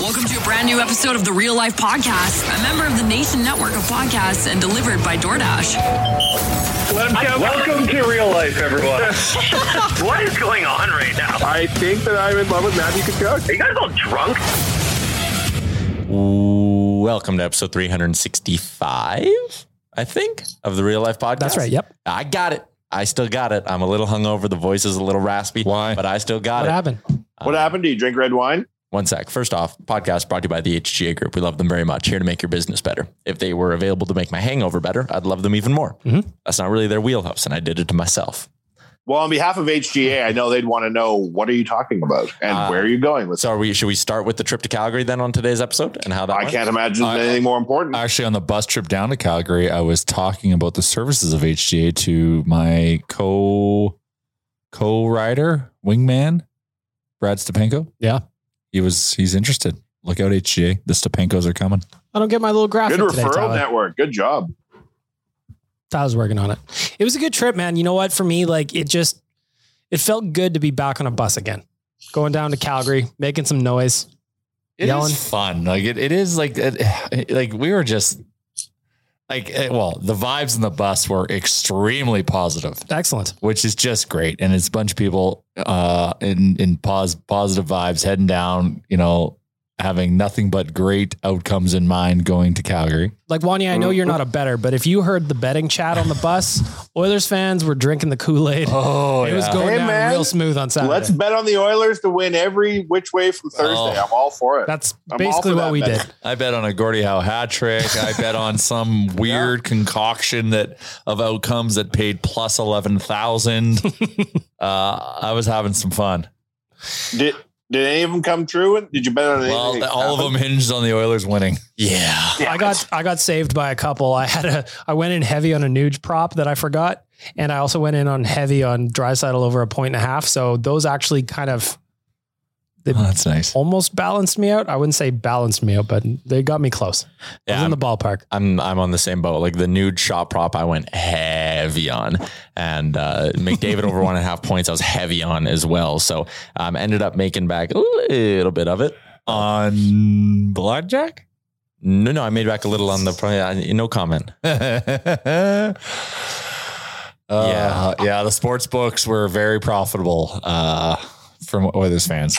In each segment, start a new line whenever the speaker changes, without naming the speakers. Welcome to a brand new episode of the Real Life Podcast, a member of the Nation Network of Podcasts and delivered by DoorDash.
Welcome to real life, everyone.
What is going on right now?
I think that I'm in love with Matthew Kachuk.
Are you guys all drunk?
Welcome to episode 365, I think, of the Real Life Podcast.
That's right, yep.
I got it. I still got it. I'm a little hungover. The voice is a little raspy.
Why?
But I still got
What
it.
happened?
What happened? Do you drink red wine?
One sec. First off, podcast brought to you by the HGA Group. We love them very much. Here to make your business better. If they were available to make my hangover better, I'd love them even more.
Mm-hmm.
That's not really their wheelhouse, and I did it to myself.
Well, on behalf of HGA, I know they'd want to know what are you talking about and
Uh,
where are you going with.
So, are we? Should we start with the trip to Calgary then on today's episode and how that?
I
went?
can't imagine
I-
anything more important.
Actually, on the bus trip down to Calgary, I was talking about the services of HGA to my co co rider wingman, Brad Stepanko.
Yeah.
He was he's interested. Look out, HGA. The Stepankos are coming.
I don't get my little graphic
Good
today,
referral
Tyler.
network. Good job.
Tyler's working on it. It was a good trip, man. You know what? For me, like it just, it felt good to be back on a bus again. Going down to Calgary, making some noise.
It is
Yelling.
fun. Like it, it is like it, like we were just like eh, well, the vibes in the bus were extremely positive.
Excellent.
which is just great. And it's a bunch of people uh, in in pos- positive vibes, heading down. You know, having nothing but great outcomes in mind, going to Calgary.
Like Wanya, I know you're not a better, but if you heard the betting chat on the bus, Oilers fans were drinking the Kool Aid.
Oh,
it was going
Hey,
down
man.
real smooth on Saturday.
Let's bet on the Oilers to win every which way from Thursday.
Oh.
I'm all for it.
That's
I'm all
basically
for
what
that
we
bet.
did.
I bet on a Gordie Howe hat trick. I bet on some weird concoction that of outcomes that paid plus eleven thousand. uh, I was having some fun.
Did did any of them come true? Did you bet on anything?
Well,
that
all of them
happened?
hinged on the Oilers winning.
Yeah.
I got I got saved by a couple. I had a I went in heavy on a Nuge prop that I forgot, and I also went in on heavy on Drysaddle over a point and a half. So those actually kind of they
Oh, that's nice.
almost balanced me out. I wouldn't say balanced me out, but they got me close. I was
Yeah,
in the ballpark.
I'm I'm on the same boat. Like the nude shot prop, I went heavy on, and uh, McDavid over one and a half points, I was heavy on as well. So um, ended up making back a little bit of it.
On blackjack.
No, no, I made back a little on the pri- I- no comment.
yeah,
Yeah.
Uh, yeah. The sports books were very profitable uh, from Oilers fans.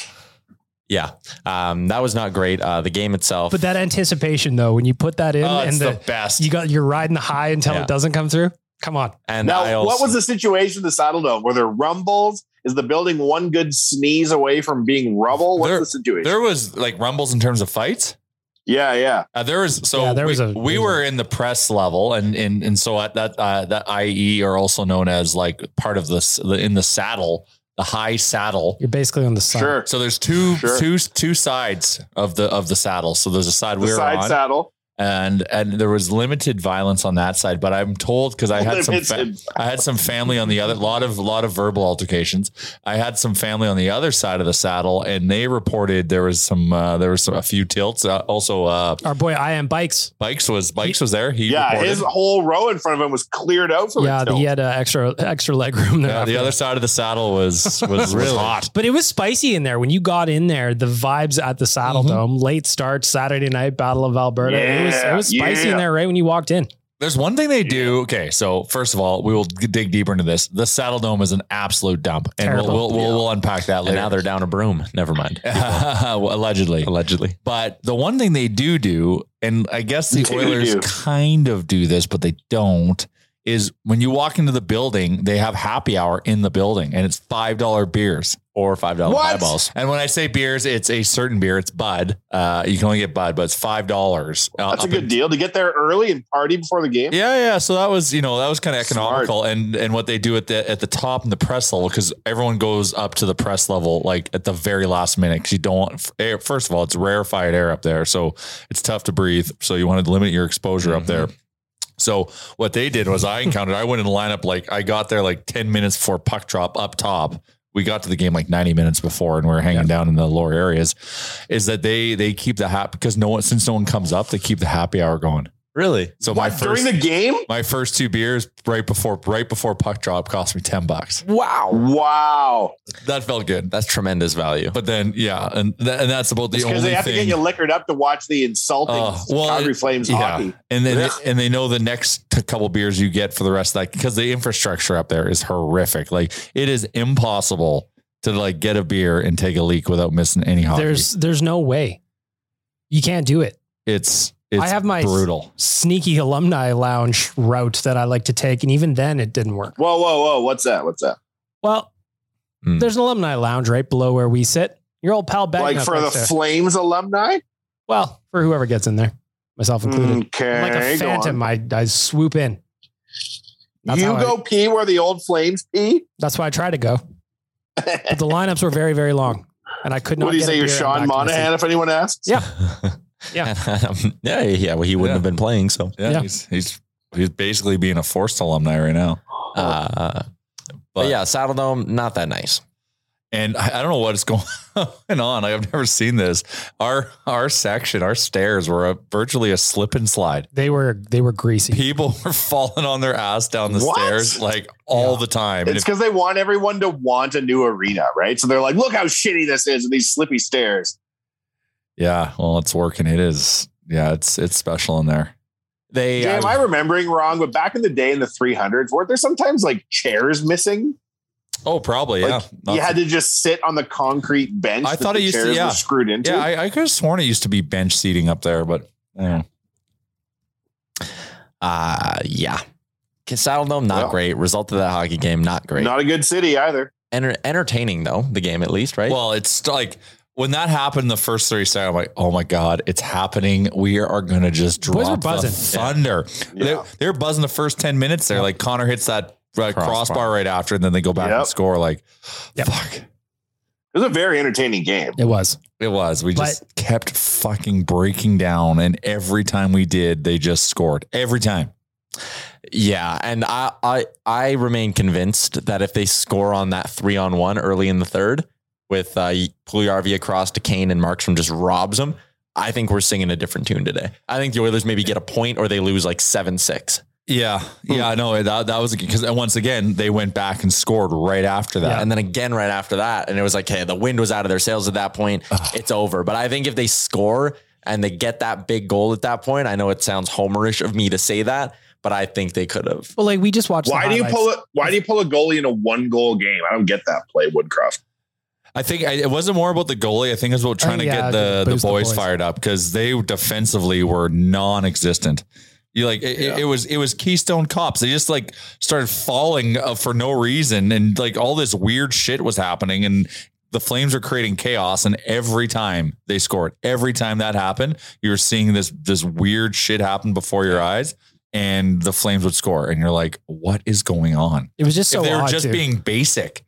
Yeah, um, that was not great. Uh, the game itself,
But that anticipation though, when you put that in
Oh,
and
it's
the,
the, best.
you got you're riding the high until
Yeah.
it doesn't come through. Come on.
and
Now,
I
what
also-
was the situation in the Saddle Dome? Were there rumbles? Is the building one good sneeze away from being rubble? What's
There-
the situation?
There was like rumbles in terms of fights.
yeah, yeah.
Uh, there was so
Yeah, there
we,
was a-
we
there was
were in the press level, and and and so at that uh, that IE are also known as like part of this the, in the saddle, the high saddle.
You're basically on the sun.
Sure.
So there's two
Sure.
two two sides of the of the saddle. So there's a side
The
we were
side
on,
saddle.
and and there was limited violence on that side. But I'm told because I had some fa-
Limited.
I had some family on the other lot of lot of verbal altercations. I had some family on the other side of the saddle, and they reported there was some uh, there was some, a few tilts. Uh, also, uh,
Our boy, I am bikes.
bikes was bikes was there. He
Yeah,
reported.
his whole row in front of him was cleared out for
Yeah,
the
the, he had uh, extra extra leg room there.
Yeah, Uh, the
after.
other side of the saddle was was, was hot.
But it was spicy in there. When you got in there, the vibes at the Saddle Dome, late start, Saturday night, Battle of Alberta. it was it was
Yeah,
spicy
yeah.
in there right when you walked in.
There's one thing they do. Okay, so first of all, we will g- dig deeper into this. The saddle dome is an absolute dump, and we'll
Terrible.
we'll, we'll, we'll unpack that
And
later.
now they're down a broom. Never mind.
Well, allegedly.
Allegedly.
But the one thing they do do, and I guess
They
the
do
Oilers
do.
kind of do this, but they don't, is when you walk into the building, they have happy hour in the building, and it's five dollar beers.
Or five dollar
What?
eyeballs.
And when I say beers, it's a certain beer. It's Bud. Uh, you can only get Bud, but it's five dollars. Uh,
That's a good deal to get there early and party before the game.
Yeah, yeah. So that was, you know, that was kind of
Smart.
economical, and and what they do at the at the top and the press level because everyone goes up to the press level like at the very last minute because you don't want air. First of all, it's rarefied air up there, so it's tough to breathe. So you want to limit your exposure up there.
Mm-hmm.
So what they did was I encountered. I went in the lineup like I got there like ten minutes before puck drop up top. We got to the game like ninety minutes before, and we are hanging down in the lower areas. Is that they they keep the hap because no one since no one comes up, they keep the happy hour going.
Really?
So my
What, during
first
the game?
my first two beers right before right before puck drop cost me ten bucks.
Wow.
That felt good.
That's tremendous value.
But then yeah, and th- and that's about the only
Because they have
thing.
to get you liquored up to watch the insulting
Oh, well,
Calgary
it-
Flames
yeah.
hockey.
And then
Ugh.
and they know the next t- couple beers you get for the rest of that because the infrastructure up there is horrific. Like it is impossible to like get a beer and take a leak without missing any hockey.
There's there's no way. You can't do it.
it's it's
I have my-
brutal.
Sneaky alumni lounge route that I like to take, and even then it didn't work.
Whoa, whoa, whoa. What's that? What's that?
Well,
Hmm.
there's an alumni lounge right below where we sit. Your old pal Beck.
like for the Flames alumni?
well, for whoever gets in there, myself included.
Okay.
I'm like a
Hmm, go on.
phantom, I, I swoop in. That's
you
how I-
go pee where the old Flames pee?
That's why I tried to go. But the lineups were very, very long, and I could not.
What do you
get a
say? You're
beer
Sean
back to my seat.
Monahan, if anyone asks?
Yeah.
Yeah.
Um,
yeah. Yeah. Well, he wouldn't
Yeah.
have been playing. So,
Yeah,
Yeah.
He's, he's he's basically being a forced alumni right now.
uh, but,
But-
yeah, Saddle Dome, not that nice.
and I, I don't know what is going on. I've never seen this. Our our section, our stairs were a, virtually a slip and slide.
They were they were greasy.
People were falling on their ass down the
What?
stairs like all the time. And
It's
if,
because they want everyone to want a new arena, right? So they're like, look how shitty this is and these slippy stairs.
yeah, well, it's working. It is. Yeah, it's it's special in there. uh,
They,
Yeah, am I remembering wrong? But back in the day in the 300s, weren't there sometimes like chairs missing?
Oh, probably.
Like,
yeah,
you had to just sit on the concrete bench.
I
that
thought
the
it used to-
chairs
yeah.
were screwed into.
yeah. I, I could have sworn it used to be bench seating up there, but eh. yeah.
uh, yeah. 'Kay, Saddle Dome, not
Oh.
Well.
great. Result of that hockey game, not great.
Not a good city either.
Enter- entertaining, though, the game at least, right?
Well, it's like when that happened the first 30 seconds, I'm like, oh my God, it's happening. We are going to just
Boys were
drop the
buzzing.
thunder.
Yeah.
They're, they're buzzing the first 10 minutes there. Like Connor hits that uh, crossbar. right after, and then they go back and
Yep.
score. Like,
Yep.
fuck.
It was a very entertaining game.
It was.
It was. We just kept fucking breaking down. And every time we did, they just scored. Every time.
Yeah, and I, I I remain convinced that if they score on that three on one early in the third with uh, Puljujarvi across to Kane and Markstrom just robs him, I think we're singing a different tune today. I think the Oilers maybe get a point or they lose like seven six.
Yeah. Yeah. No, that, that was because once again, they went back and scored right after that.
And then again right after that, and it was like, hey, the wind was out of their sails at that point. It's over. But I think if they score and they get that big goal at that point, I know it sounds homerish of me to say that, but I think they could have.
Well, like we just watched. the
Why do you
highlights.
pull it? Why do you pull a goalie in a one goal game? I don't get that play, Woodcroft.
I think I, it wasn't more about the goalie. I think it was about
Oh,
trying
yeah,
to get the,
to
the
boost the
boys
boys.
fired up because they defensively were non-existent. You like it, it, it was it was Keystone Cops. They just like started falling uh, for no reason, and like all this weird shit was happening, and the Flames were creating chaos. And every time they scored, every time that happened, you were seeing this this weird shit happen before your eyes, and the Flames would score, and you're like, what is going on?
It was just so
if they were
odd,
just
dude.
being basic,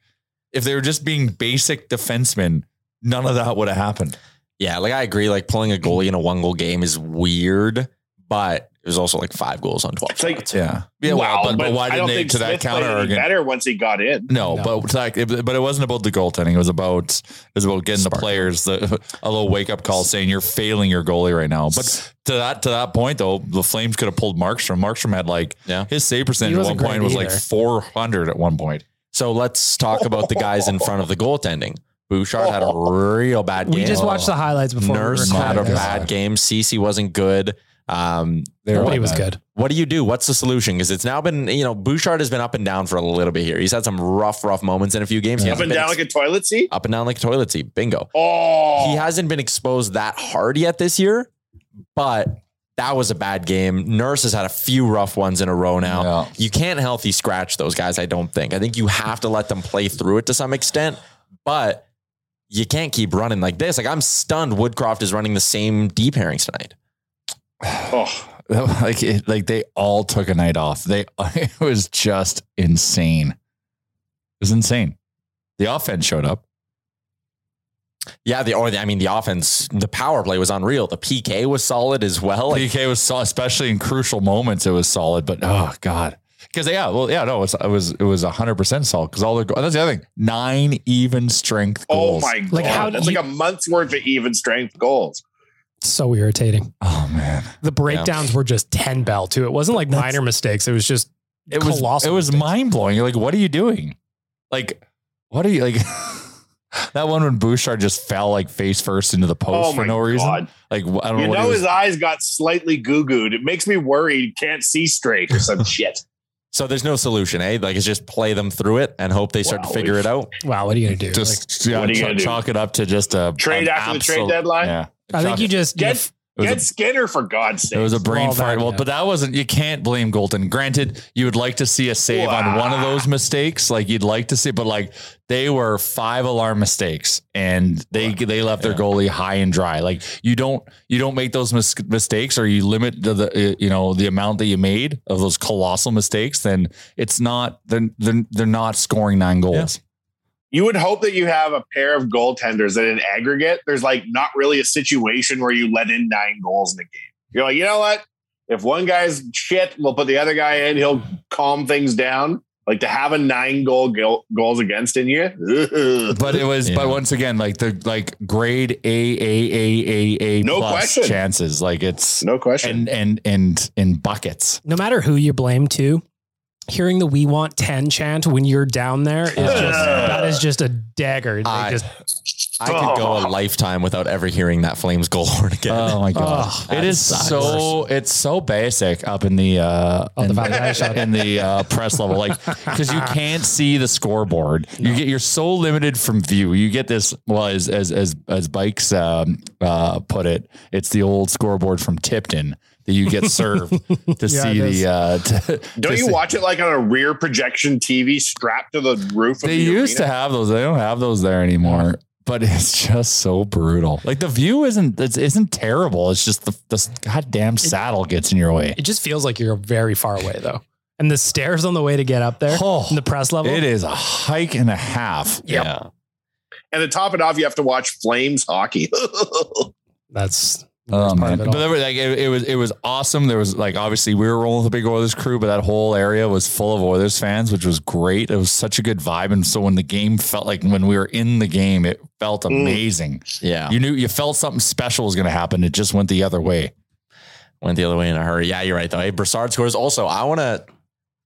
if they were just being basic defensemen, none of that would have happened.
Yeah, like I agree. Like pulling a goalie in a one goal game is weird, but it was also like five goals on twelve
It's like-
shots.
Yeah, yeah.
wow,
well, but, but why
I don't
didn't they
think
to that
Smith played
counter
any
argument?
better once he got in.
No,
No.
but it's like, it- but it wasn't about the goaltending. It was about it was about getting the players the, a little wake up call saying you're failing your goalie right now. But to that to that point though, the Flames could have pulled Markstrom. Markstrom had like
Yeah.
his save percentage
He
at one
wasn't
point
great
was like
either.
400 at one point.
So let's talk about the guys in front of the goaltending. Bouchard had a real bad game.
We just watched the highlights before. we
Nurse
recorded
had a
this.
bad game. Cece wasn't good. Um,
Nobody
all
was
bad.
good.
what do you do? What's the solution? Because it's now been, you know, Bouchard has been up and down for a little bit here. He's had some rough, rough moments in a few games. He
Up
hasn't
and
been
down
ex-
like a toilet seat.
up and down like a toilet seat. Bingo.
Oh,
He hasn't been exposed that hard yet this year, but that was a bad game. Nurse has had a few rough ones in a row now.
Yeah.
You can't healthy scratch those guys, I don't think. I think you have to let them play through it to some extent, but you can't keep running like this. Like I'm stunned Woodcroft is running the same D pairings tonight.
oh.
like it, like they all took a night off. They it was just insane. It was insane. The offense showed up.
Yeah, the or the, I mean the offense, the power play was unreal. The PK was solid as well. Like,
PK was solid, especially in crucial moments. It was solid, but oh god, because yeah, well, yeah, no, it was it was it was hundred percent solid. Because all the go- that's the other thing, nine even strength
Oh
goals.
my god,
Like, how
that's
do you-
like a month's worth of even strength goals.
So irritating.
Oh man,
The breakdowns were just ten bell too. It wasn't like minor mistakes. It was just
it was
Colossal
it was
mistakes.
mind blowing. You're like, what are you doing? Like, what are you like? that one when Bouchard just fell like face first into the post
oh
for
my
no reason.
god,
Like wh- I don't
you
know Oh, what
know
it was.
his eyes got slightly goo gooed. It makes me worried. he Can't see straight or some shit.
so there's no solution, eh? Like it's just play them through it and hope they start to
Wow.
figure it out.
wow. What are you gonna do? Like,
just yeah,
What are you
ch-
gonna do?
chalk it up to just a
Trade
an
after the trade
absolute-
deadline?
Yeah,
I think
Chalk
you
it-
just
Get
if-
it was
Get
a-
Skinner for God's sake.
It was a brain
Well, that-
fart. Well,
yeah.
but that wasn't. You can't blame Golden. Granted, you would like to see a save on one of those mistakes. Like you'd like to see, but like they were five alarm mistakes, and they they left their goalie high and dry. Like you don't you don't make those mis- mistakes, or you limit the, the uh, you know the amount that you made of those colossal mistakes. Then it's not they're they're, they're not scoring nine goals.
you would hope that you have a pair of goaltenders that in aggregate, there's like not really a situation where you let in nine goals in a game. You're like, you know what? If one guy's shit, we'll put the other guy in. He'll calm things down. Like to have a nine goal, goal goals against in you. ugh.
But it was,
Yeah.
but once again, like the like grade A A A A A
No
plus
question.
chances. Like it's
no question.
and and and in buckets.
no matter who you blame too, hearing the "We Want Ten chant when you're down there is just that is just a dagger. They
I-
just
I could go a lifetime without ever hearing that Flames goal horn again.
Oh my god!
Oh,
it
that
is
sucks.
so it's so basic up in the uh
Oh, the
in,
Valentina shot.
in the uh, press level, like because you can't see the scoreboard. You get you're so limited from view. You get this well as as as as bikes um, uh, put it. It's the old scoreboard from Tipton that you get served to
Yeah,
see
it is.
the. Uh, to,
Don't
to
you
see-
watch it like on a rear projection TV strapped to the roof? Of
They
the
used to
arena?
have those. They don't have those there anymore. But it's just so brutal. Like the view isn't it isn't terrible. It's just the this goddamn saddle gets in your way.
it just feels like you're very far away though. And the stairs on the way to get up there,
Oh,
and the press level,
It is a hike and a half.
Yeah.
And to top it off, you have to watch Flames hockey.
that's the worst
Oh,
part
man.
of it
But
all.
there was, like it, it was it was awesome. There was like obviously we were rolling with the big Oilers crew, but that whole area was full of Oilers fans, which was great. It was such a good vibe, and so when the game felt like when we were in the game, it felt
Mm.
amazing.
Yeah.
You knew you felt something special was going to happen. It just went the other way.
Went the other way in a hurry. Yeah, you're right though. Hey, Broussard scores. Also, I want to,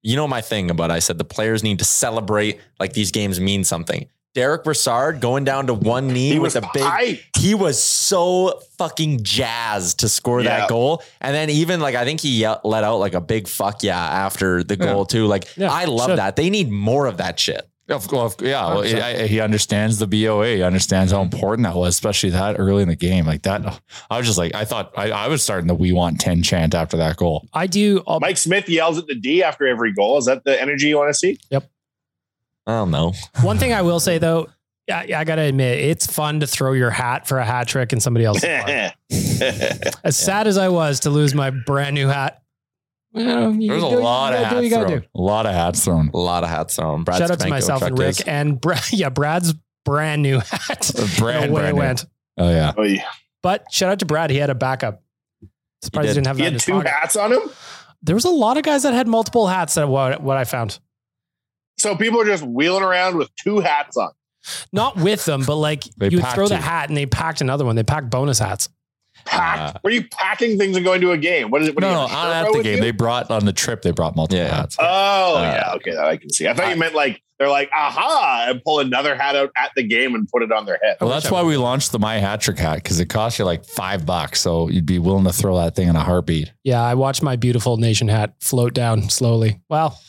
you know, my thing about I said the players need to celebrate like these games mean something. Derek Broussard going down to one knee
he was
with a big.
hyped.
He was so fucking jazzed to score
Yeah.
that goal, and then even like I think he yell- let out like a big fuck yeah after the goal too. Like
Yeah,
I love
should.
that. They need more of that shit.
Of, of, yeah, well, he, I, he understands the BOA. He understands how important that was, especially that early in the game. Like that, I was just like, I thought I, I was starting the "We Want Ten" chant after that goal.
I do. uh, I'll,
Mike Smith yells at the D after every goal. Is that the energy you want to see?
I don't know.
one thing I will say though, yeah, yeah, I gotta admit, it's fun to throw your hat for a hat trick in somebody else's. bar. as sad as I was to lose my brand new hat, well, you
There's a
do- you
lot of
gotta do
hats
what you gotta
thrown.
do.
A lot of hats thrown.
A lot of hats on. Brad
Shout out to
Spanko
myself and
chucked
Rick
his.
and Brad. Yeah, Brad's brand new hat.
brand-
away
brand
it
new.
went.
Oh yeah,
Oh, yeah.
But shout out to Brad. He had a backup. Surprised he,
did.
did. not have
He
that in
had
his
two
pocket.
hats on him.
There was a lot of guys that had multiple hats. That what, what I found,
So people are just wheeling around with two hats on.
not with them, but like
They
you would
packed
throw the
you.
hat and they packed another one. They packed bonus hats.
Packed.
Uh,
were you packing things and going to a game? What is it? What
no,
do
no,
you have a
not
Sherpa
at the
with
game.
you?
They brought on the trip. They brought multiple
Yeah.
hats.
oh
Uh,
yeah, okay, that I can see. I thought you meant like they're like aha and pull another hat out at the game and put it on their head.
Well, that's why we launched the My Hat Trick hat because it cost you like five bucks, so you'd be willing to throw that thing in a heartbeat.
Yeah, I watched my beautiful nation hat float down slowly. Well,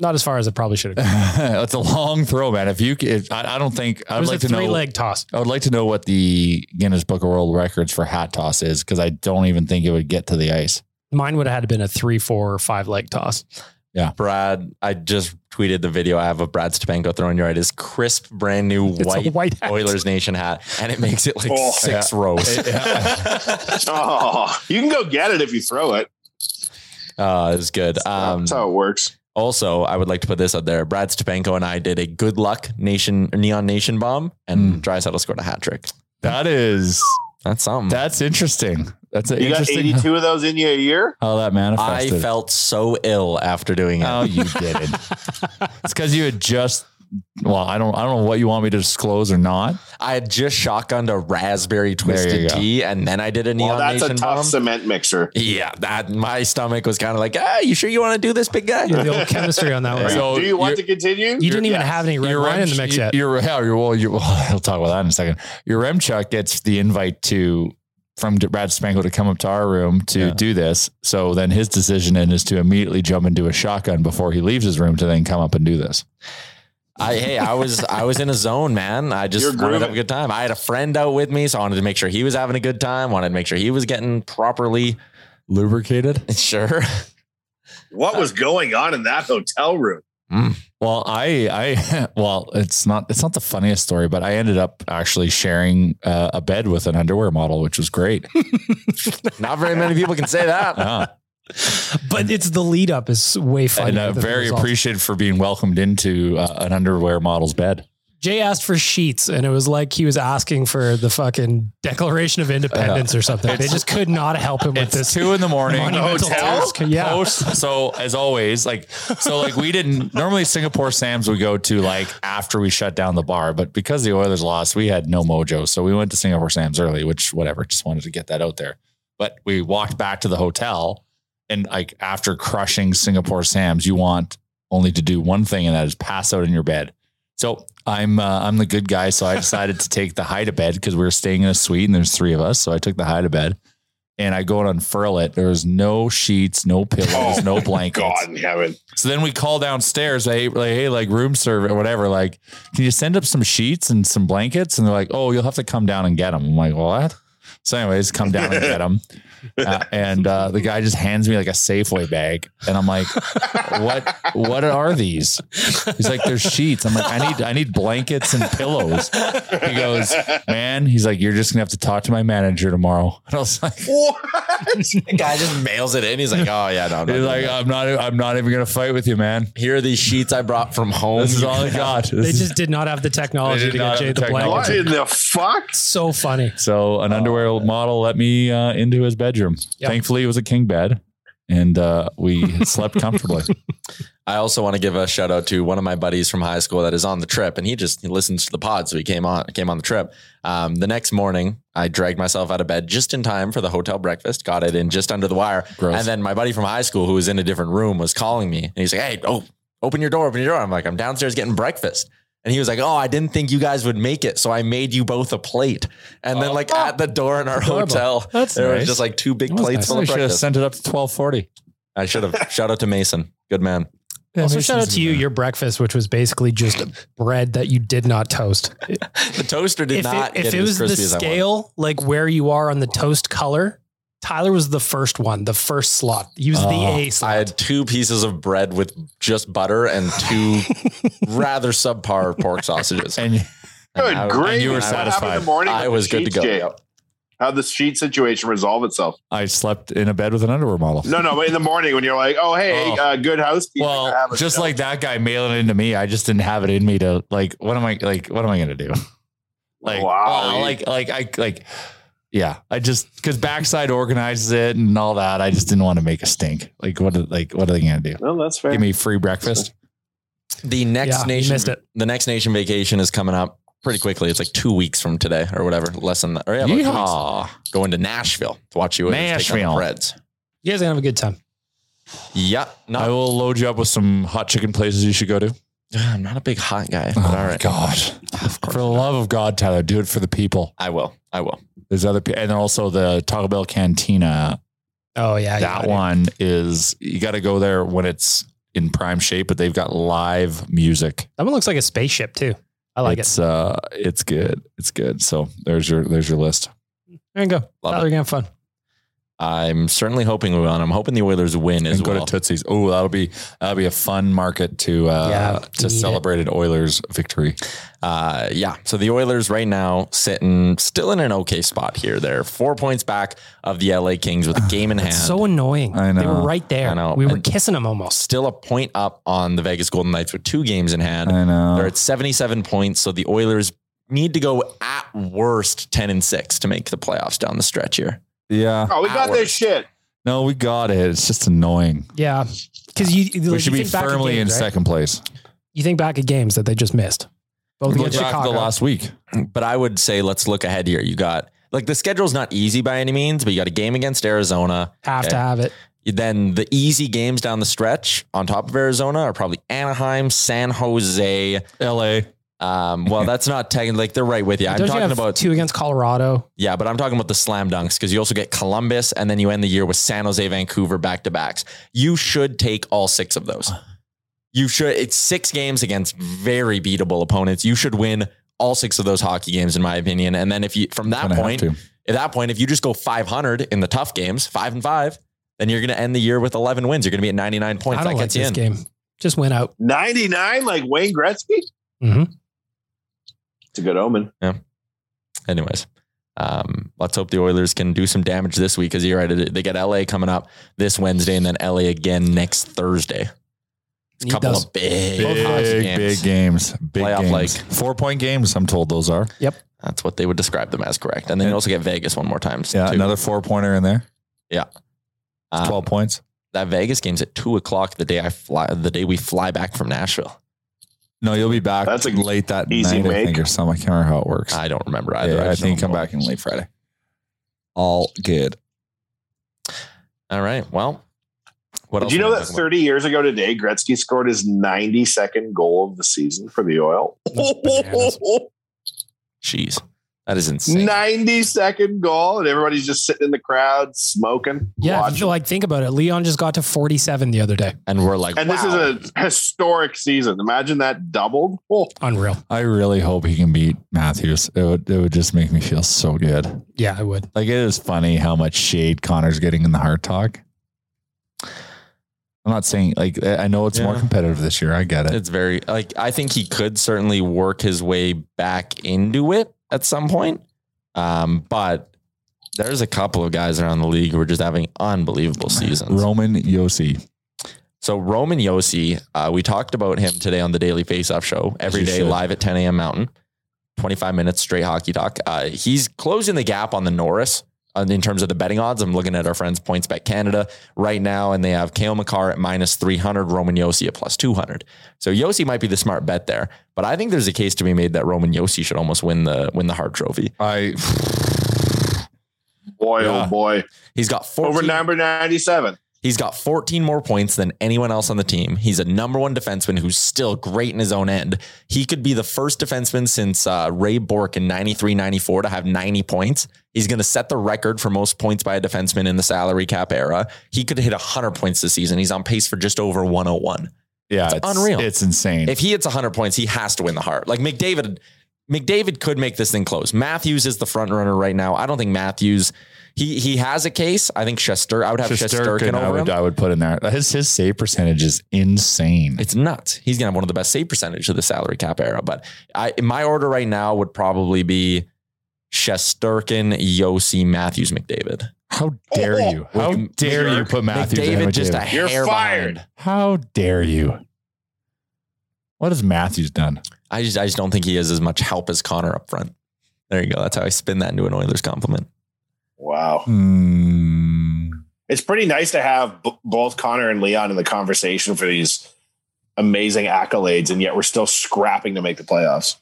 not as far as it probably should have. gone.
That's a long throw, man. If you, c- if, I, I don't think
It
I'd
was
like
a
to know.
three leg toss.
I would like to know what the Guinness Book of World Records for hat toss is because I don't even think it would get to the ice.
Mine would have had to been a three, four, or five leg toss.
Brad, I just tweeted the video I have of Brad Stepanko throwing you right his crisp, brand new
It's a
white,
white hat.
Oilers Nation hat, and it makes it like
Oh.
six rows.
oh, you can go get it if you throw it.
uh, it's good. Um,
That's how it works.
also, I would like to put this out there: Brad Stepanko and I did a Good Luck Nation Neon Nation bomb, and Drysaddle scored a hat trick.
That is
That's something.
Hmm. that's interesting. That's an
You got
interesting how,
82 of those in you a year.
how that
I
manifested.
felt so ill after doing it.
oh, you didn't. it's because you had just. Well, I don't. I don't know what you want me to disclose or not.
I had just shotgunned a raspberry
you
twisted
go.
tea, and then I did a Neon
Well, that's a
Nation
tough
bomb.
cement mixer.
yeah, that my stomach was kind of like, ah, you sure you want to do this, big guy?
The old chemistry on that one.
Are you-
So
do you want
you're-
to continue?
you didn't even
Yeah.
have any red wine in the mix yet.
Your yeah, your well, your, well, will talk about that in a second. Your Remchuk gets the invite to from Brad Spangle to come up to our room to
Yeah.
do this. So then his decision then is to immediately jump into a shotgun before he leaves his room to then come up and do this.
I hey, I was I was in a zone, man. I
You're
just wanted to have a
grooving.
good time. I had a friend out with me, so I wanted to make sure he was having a good time. Wanted to make sure he was getting properly
Lubricated.
sure.
What was going on in that hotel room?
Well, I, I, well, it's not, it's not the funniest story, but I ended up actually sharing uh, a bed with an underwear model, which was great.
Not very many people can say that.
Yeah.
But it's the lead up is way funny.
and uh, very appreciated for being welcomed into uh, an underwear model's bed.
Jay asked for sheets, and it was like he was asking for the fucking Declaration of Independence or something. They just could not help him with
It's
this.
two in the morning.
monumental
Hotel?
task. Yeah.
Post- So as always, like so, like we didn't normally Singapore Sam's we go to like after we shut down the bar, but because the Oilers lost, we had no mojo, so we went to Singapore Sam's early. Which whatever, just wanted to get that out there. But we walked back to the hotel, and like after crushing Singapore Sam's, you want only to do one thing, and that is pass out in your bed. So I'm uh, I'm the good guy, so I decided to take the high to bed because we were staying in a suite and there's three of us, so I took the high to bed and I go and unfurl it. There was no sheets, no pillows,
Oh,
no blankets.
God in heaven.
So then we call downstairs. Hey, like, hey, like room service or whatever. Like, can you send up some sheets and some blankets? And they're like, oh, you'll have to come down and get them. I'm like, what? So, anyways, come down and get them. Uh, and uh, the guy just hands me like a Safeway bag, and I'm like, what? What are these? He's like, they're sheets. I'm like, I need, I need blankets and pillows. He goes, man. He's like, you're just gonna have to talk to my manager tomorrow. And I was like.
The guy just mails it in. He's like, oh yeah, no, no.
He's
no,
like,
no.
I'm not. I'm not even gonna fight with you, man.
here are these sheets I brought from home.
This is all I got. This
They
is-
just did not have the
They
technology
did
to
not
get
have
Jay
the
the
What
blanket.
technology.
in the fuck?
So funny.
So
Oh,
an underwear model let me uh, into his bedroom.
Yep.
Thankfully, it was a king bed, and uh, we slept comfortably.
I also want to give a shout out to one of my buddies from high school that is on the trip, and he just he listens to the pod, so he came on came on the trip. Um, the next morning, I dragged myself out of bed just in time for the hotel breakfast, got it in just under the wire,
Gross.
and then my buddy from high school who was in a different room was calling me, and he's like, "Hey, oh, open your door, open your door." I'm like, "I'm downstairs getting breakfast." And he was like, "Oh, I didn't think you guys would make it, so I made you both a plate." And
Oh.
then, like at the door in our hotel,
That's
Oh, there
nice.
was just like two big
That was
plates
nice.
full
I
of
should have
breakfast.
sent it up to twelve forty.
I should have shout out to Mason, good man.
Also,
maybe
shout out
she's
to you,
in there.
your breakfast, which was basically just bread that you did not toast.
The toaster did
if
not
it, if
get
it
it
was
as
the
crispy as I wanted.
scale, like where you are on the toast color, Tyler was the first one, the first slot. He was
Oh,
the A slot.
I had two pieces of bread with just butter and two rather subpar pork sausages.
And
And
Good
I-
grief.
and you were
What happened
satisfied.
In the morning
I was good to go.
How the sheet situation resolve itself?
I slept in a bed with an underwear model.
No, no, but in the morning when you're like, oh hey,
Oh.
Uh, good housekeeping.
Well,
Have a
just
show.
like that guy mailing it into me, I just didn't have it in me to like. What am I like? What am I gonna do? Like,
Wow.
uh, like, like I like, yeah. I just because backside organizes it and all that. I just didn't want to make a stink. Like, what? are- Like, what are they gonna do?
well, that's fair.
Give me free breakfast.
The next
Yeah, you
nation
missed it.
The next nation vacation is coming up pretty quickly. It's like two weeks from today or whatever. Less than or yeah, about two
Yeehaw.
weeks. Going to Nashville to watch you take on
Nashville.
the Reds.
You guys are gonna have a good time.
Yeah. No,
I will load you up with some hot chicken places you should go to.
I'm not a big hot guy. but
Oh
all
my
right.
God. For the love of God, Tyler, do it for the people.
I will. I will.
There's other people. And then also the Taco Bell Cantina.
Oh yeah, you got
That
it.
one is, you got to go there when it's in prime shape, but they've got live music.
That one looks like a spaceship too. I like
it's, Uh, it's good. It's good. So there's your, there's your list.
it. There you go.
Love
Tyler,
it.
you're gonna have fun.
I'm certainly hoping we win. I'm hoping the Oilers win as
and go
well.
to Tootsie's. Oh, that'll be, that'll be a fun market to, uh,
Yeah,
to
need it.
celebrate an Oilers victory.
Uh, yeah. So the Oilers right now sitting still in an okay spot here. They're four points back of the LA Kings with a game in hand.
So annoying.
I
They were
know.
right there.
I know.
We were
And-
kissing them almost.
still a point up on the Vegas Golden Knights with two games in hand.
I know.
They're at 77 points. So the Oilers need to go at worst 10 and 6 to make the playoffs down the stretch here.
Yeah.
oh, we got this
hours.
shit.
No, we got it. It's just annoying.
Yeah, because you, like,
we
you
should be
think back at
firmly
games,
in
right?
second place.
You think back at games that they just missed. Both
Look
against
back to
Chicago.
the last week.
But I would say let's look ahead here. You got like the schedule's not easy by any means, but you got a game against Arizona.
have
Okay.
to have it.
Then the easy games down the stretch on top of Arizona are probably Anaheim, San Jose.
LA.
Um, well, that's not technically like they're right with you. I'm
Don't you
talking
have
about
two against Colorado.
Yeah, but I'm talking about the slam dunks because you also get Columbus and then you end the year with San Jose, Vancouver back to backs. You should take all six of those.
Uh.
You should. It's six games against very beatable opponents. You should win all six of those hockey games, in my opinion. And then if you from that
Gonna have
point,
to.
at that point, if you just go 500 in the tough games, five and five, then you're going to end the year with 11 wins. You're going to be at 99 points.
I
That
don't like
gets you
this
in.
game. Just went out.
99 like Wayne Gretzky?
Mhm.
It's a good omen.
Anyways, um, let's hope the Oilers can do some damage this week because you're right. it- They got LA coming up this Wednesday and then LA again next Thursday. It's a
Need
couple
those.
of big,
Big,
hockey
big,
games.
games. Big
Playoff
games.
like-
Four point games, I'm told those are.
That's what they would describe them as correct. And then you also get Vegas one more time.
Yeah.
too.
Another four pointer in there.
Um,
12 points.
That Vegas game's at two o'clock the day I fly, the day we fly back from Nashville.
No, you'll be back
That's a
late that
easy
night, I
make.
think, or something. I can't remember how it works.
I don't remember either.
yeah, I
just
think
know
come
I'm
back in late Friday. All good.
All right. Well, what else?
Did you
am
know
I
that
talking about?
30 years ago today, Gretzky scored his 92nd goal of the season for the oil?
bananas.
Jeez, that is insane.
92nd goal, and everybody's just sitting in the crowd smoking.
Yeah,
watching.
like think about it. Leon just got to 47 the other day.
And we're like,
and this
wow.
is a historic season. Imagine that doubled. Oh,
Unreal.
I really hope he can beat Matthews. It would, it would just make me feel so good.
Yeah, I would.
Like, it is funny how much shade Connor's getting in the hard talk. I'm not saying, like, I know it's more
Yeah.
competitive this year. I get it.
It's very like I think he could certainly work his way back into it at some point. Um, but there's a couple of guys around the league who are just having unbelievable seasons.
Roman Yossi.
So Roman Yossi, uh, we talked about him today on the Daily Faceoff Show every
you
day
should.
live at 10 a.m. Mountain, 25 minutes straight hockey talk. Uh, he's closing the gap on the Norris uh, in terms of the betting odds. I'm looking at our friends Points Bet Canada right now, and they have Kale McCarr at minus 300, Roman Yossi at plus 200. So Yossi might be the smart bet there, but I think there's a case to be made that Roman Yossi should almost win the win the Hart Trophy.
I
boy,
Yeah.
oh boy.
He's got 14,
Over number 97.
He's got 14 more points than anyone else on the team. He's a number one defenseman who's still great in his own end. He could be the first defenseman since uh, Ray Bork in 93 94 to have 90 points. He's going to set the record for most points by a defenseman in the salary cap era. He could hit 100 points this season. He's on pace for just over 101.
Yeah,
It's unreal.
It's insane.
oh If he hits 100 points, he has to win the heart. Like McDavid, McDavid could make this thing close. Matthews is the front runner right now. I don't think Matthews. He he has a case. I think Shester. I would have Shesterkin
Shesterkin, I
over
would,
him.
I would put in there. His his save percentage is insane.
It's nuts. He's gonna have one of the best save percentage of the salary cap era. But I my order right now would probably be Shesterkin, Yossi, Matthews, McDavid.
How dare you? How
With
dare you
McDavid-
put Matthews
McDavid
ahead of
just a
McDavid?
hair
You're fired.
behind.
How dare you? What has Matthews done?
I just I just don't think he has as much help as Connor up front. There you go. That's how I spin that into an Oilers compliment.
Wow.
Hmm.
It's pretty nice to have b- both Connor and Leon in the conversation for these amazing accolades, and yet we're still scrapping to make the playoffs.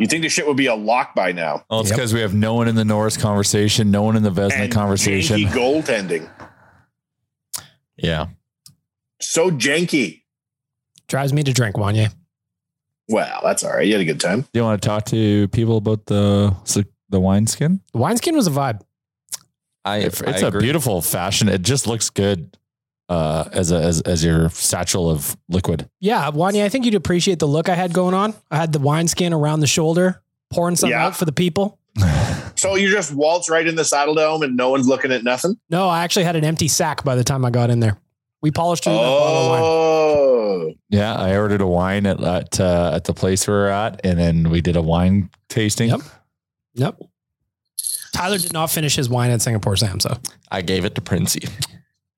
You think this shit would be a lock by now?
Well, it's because we have no one in the Norris conversation, no one in the Vesna
And
conversation.
janky goaltending,
Yeah.
so janky.
Drives me to drink, Wanye.
Well, that's all right. You had a good time.
Do you want to talk to people about the the wineskin?
The wineskin was a vibe.
I
It's,
I
it's a
agree.
beautiful fashion. It just looks good uh, as a as, as your satchel of liquid.
Yeah, Wanya, I think you'd appreciate the look I had going on. I had the wineskin around the shoulder, pouring something
Yeah.
out for the people.
So you just waltz right in the saddle dome, and no one's looking at nothing.
No, I actually had an empty sack by the time I got in there. We polished through that bottle of wine.
Oh,
Yeah, I ordered a wine at at, uh, at the place we were at, and then we did a wine tasting.
Yep. Yep. Tyler did not finish his wine at Singapore Sam, so
I gave it to Princey.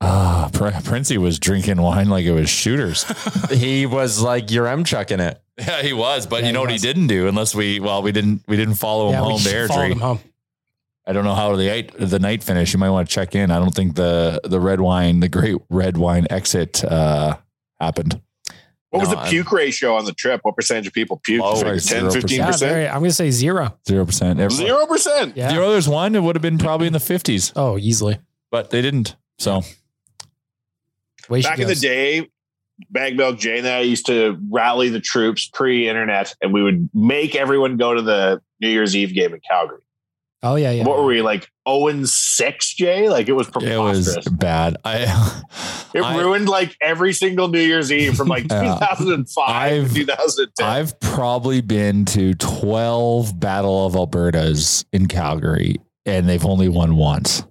Ah, Pr- Princey was drinking wine like it was shooters.
he was like, "You're M chucking it."
yeah, he was. But
Yeah,
you know
he
what
was.
he didn't do, unless we well we didn't we didn't
Oh,
follow him
yeah,
home
we
to
followed him
Airdrie.
home.
I don't know how the night, the night finished. You might want to check in. I don't think the the red wine, the great red wine exit uh, happened.
what was
No,
the
I'm-
puke ratio on the trip? What percentage of people puke?
Oh,
Like
like
10, 15
Yeah,
percent,
very, I'm gonna say zero.
Zero percent.
zero percent.
Yeah.
The Oilers won. It would have been probably in the fifties,
Oh, easily.
but they didn't. So
Way she
Back in the
goes.
day, Bag Milk Jay and I used to rally the troops pre-internet, and we would make everyone go to the New Year's Eve game in Calgary.
Oh yeah, yeah.
What were we like? zero and six, Jay? Like it was
it was
preposterous. It,
bad. I I-
ruined like every single New Year's Eve from like
Yeah.
2005
I've-
to 2010.
I've probably been to 12 Battle of Albertas in Calgary, and they've only won once.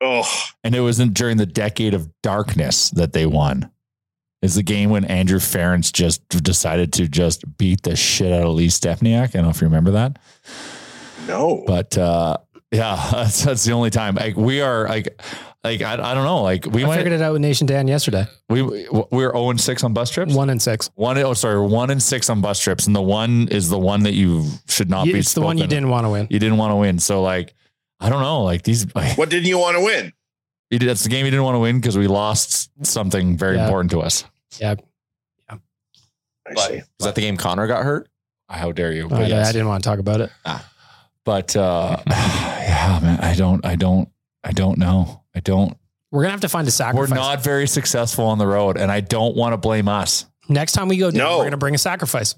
oh,
And it wasn't during the decade of darkness that they won. It's the game when Andrew Ference just decided to just beat the shit out of Lee Stepniak. I don't know if you remember that.
no.
But uh, yeah, that's, that's the only time. Like we are like like I, I don't know. Like we
I
might
figured it out with Nation Dan yesterday.
we we we're 0 and 6 on bus trips.
One and six.
One oh sorry, one and six on bus trips, and the one is the one that you should not
You-
be.
it's the one you
spoken.
didn't want to win.
You didn't want to win, so like I don't know, like these. Like,
what didn't you want to win?
you did- that's the game you didn't want to win because we lost something very
Yeah.
important to us.
I
But-
see.
was that the game Connor got hurt?
How dare you?
Oh, I,
But
I
yes.
didn't want to talk about it.
but uh, yeah, man, I don't, I don't, I don't know. I don't.
We're gonna have to find a
We're
sacrifice.
not very successful on the road, and I don't want to blame us.
Next time we go down,
No.
we're gonna bring a sacrifice.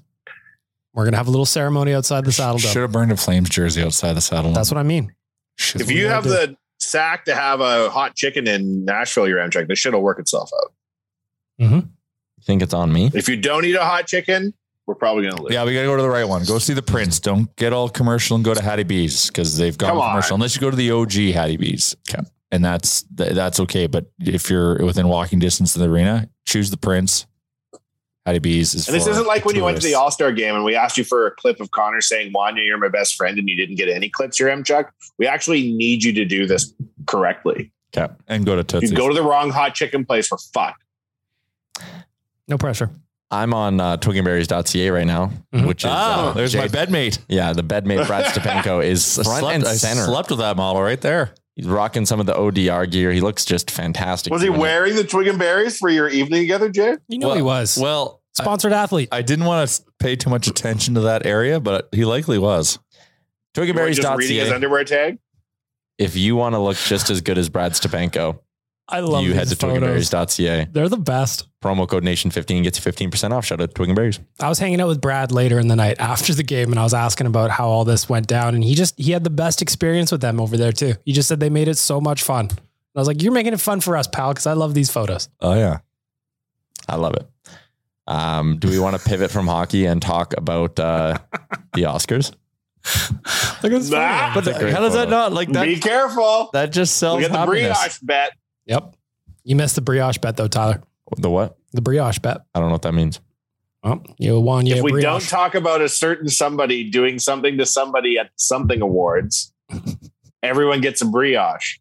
We're gonna have a little ceremony outside the saddle
Should
dome.
have burned a Flames jersey outside the saddle.
That's what I mean.
Should've-
If you
gotta
have
do.
the sack to have a hot chicken in Nashville, your Amtrak, this shit'll work itself out.
You think it's on me?
If you don't eat a hot chicken, we're probably gonna lose.
Yeah, we gotta go to the right one. Go see the Prince. Don't get all commercial and go to Hattie B's because they've gone
Come on.
commercial. Unless you go to the OG Hattie B's, okay. and that's th- that's okay. But if you're within walking distance of the arena, choose the Prince. Hattie B's is.
And this
for
isn't like when you went to the
tourists.
All Star game and we asked you for a clip of Connor saying, Wanya, you're my best friend, and you didn't get any clips, your M Chuck. We actually need you to do this correctly.
okay. and go to
If
Tootsie's.
you go to the wrong hot chicken place, we're fucked.
No pressure.
I'm on uh, twigandberries.ca right now,
Mhm.
which is
ah,
uh,
there's my
Jay-
bedmate.
Yeah, the bedmate Brad Stepenko is
I
front
slept,
and
I
center.
slept with that model right there.
He's rocking some of the ODR gear. He looks just fantastic.
Was he
doing it.
wearing the twig and berries for your evening together, Jay?
You know
Well-
he was
Well, I,
sponsored athlete.
I didn't want to pay too much attention to that area, but he likely was.
You were just reading his
Twigandberries.ca.
underwear tag.
if you want to look just as good as Brad Stepanko,
I love
you head to
these photos.
twigandberries.ca.
They're the best.
Promo code Nation15 gets you 15% off. Shout out to Twig and Berries.
I was hanging out with Brad later in the night after the game, and I was asking about how all this went down, and he just he had the best experience with them over there too. He just said they made it so much fun. And I was like, "You're making it fun for us, pal," because I love these photos.
Oh yeah,
I love it. Um, do we want to pivot from hockey and talk about uh, the Oscars?
Look at this
Nah.
photo.
But
It's a great
how does that
photo.
not like
Be
that?
careful.
That just sells
We got the
happiness.
brioche bet.
Yep. You missed the brioche bet though, Tyler.
The what?
The brioche bet.
I don't know what that means. Oh.
Well, you won. You
if
a
we don't
brioche.
talk about a certain somebody doing something to somebody at something awards, everyone gets a brioche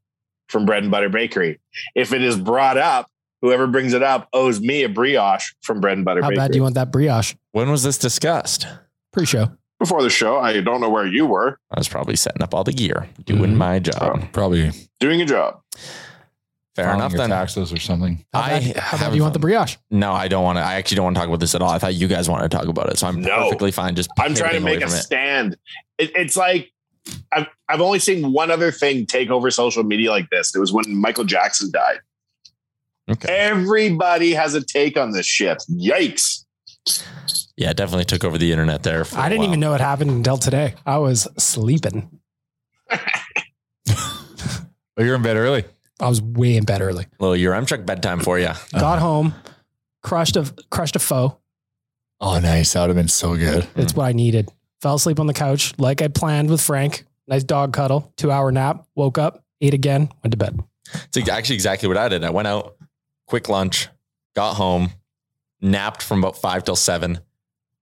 from Bread and Butter Bakery. If it is brought up, whoever brings it up owes me a brioche from Bread and Butter
How
Bakery.
bad do you want that brioche?
When was this discussed?
Pre-show.
Before the show, I don't know where you were
I was probably setting up all the gear, doing
Mhm.
my job.
Probably
doing a job.
Fair
filing
enough
your
then.
Taxes or something.
How
I
bad, how bad
have
do you want the
them.
brioche?
No, I don't want to. I actually don't want to talk about this at all. I thought you guys wanted to talk about it, so I'm
No.
perfectly fine. Just
I'm trying to
pivoting
make
away
a
from it.
stand. It, it's like I've I've only seen one other thing take over social media like this. It was when Michael Jackson died.
Okay.
Everybody has a take on this shit. Yikes!
Yeah, it definitely took over the internet there. For
I
a
didn't
while.
even know it happened until today. I was sleeping.
Oh, you're in bed early.
I was way in bed early.
Little your Amtrak bedtime for you.
Got home, crushed a crushed a foe.
Oh, nice. That would have been so good.
That's what I needed. Fell asleep on the couch like I planned with Frank. Nice dog cuddle, two hour nap. Woke up, ate again, went to bed.
It's ex- actually exactly what I did. I went out, quick lunch, got home, napped from about five till seven,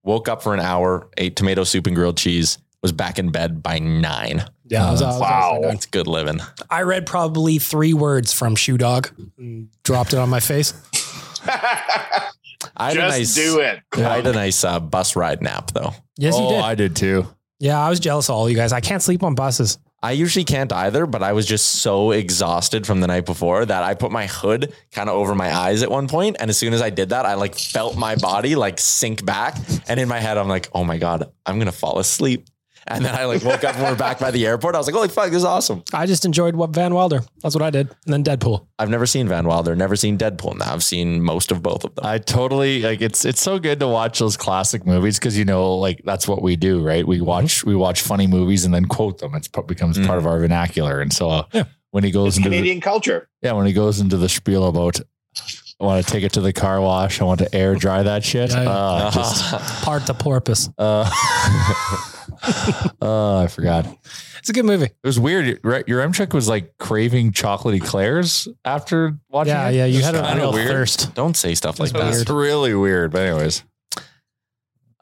woke up for an hour, ate tomato soup and grilled cheese, was back in bed by nine.
Yeah,
Uh,
I was, I was
Wow.
outside.
That's good living.
I read probably three words from Shoe Dog, and dropped it on my face.
I had a
Just
nice,
do it.
I had a nice uh, bus ride nap though.
Yes,
oh,
you did.
I did too.
yeah, I was jealous of all you guys. I can't sleep on buses.
I usually can't either, but I was just so exhausted from the night before that I put my hood kind of over my eyes at one point, And as soon as I did that, I like felt my body like sink back. And in my head, I'm like, oh my God, I'm going to fall asleep. And then I like woke up and we're back by the airport. I was like, holy fuck, this is awesome.
I just enjoyed what Van Wilder. That's what I did. And then Deadpool.
I've never seen Van Wilder, never seen Deadpool. Now I've seen most of both of them.
I totally like it's it's so good to watch those classic movies because you know like that's what we do, right?
Mm-hmm.
We watch we watch funny movies and then quote them. It's part- becomes part
Mm.
of our vernacular. And so uh, when he goes
It's
into the-
Canadian culture.
yeah, when he goes into the spiel about I want to take it to the car wash, I want to air dry that shit.
Yeah, yeah.
Uh, just,
Part the porpoise.
uh, uh, I forgot. It
It's a good movie.
was weird, right? Your M trick was like craving chocolate eclairs after watching.
Yeah,
it.
yeah. You
It's
had a
kinda
real
weird.
thirst.
Don't say stuff like
It
that.
was really weird. But anyways,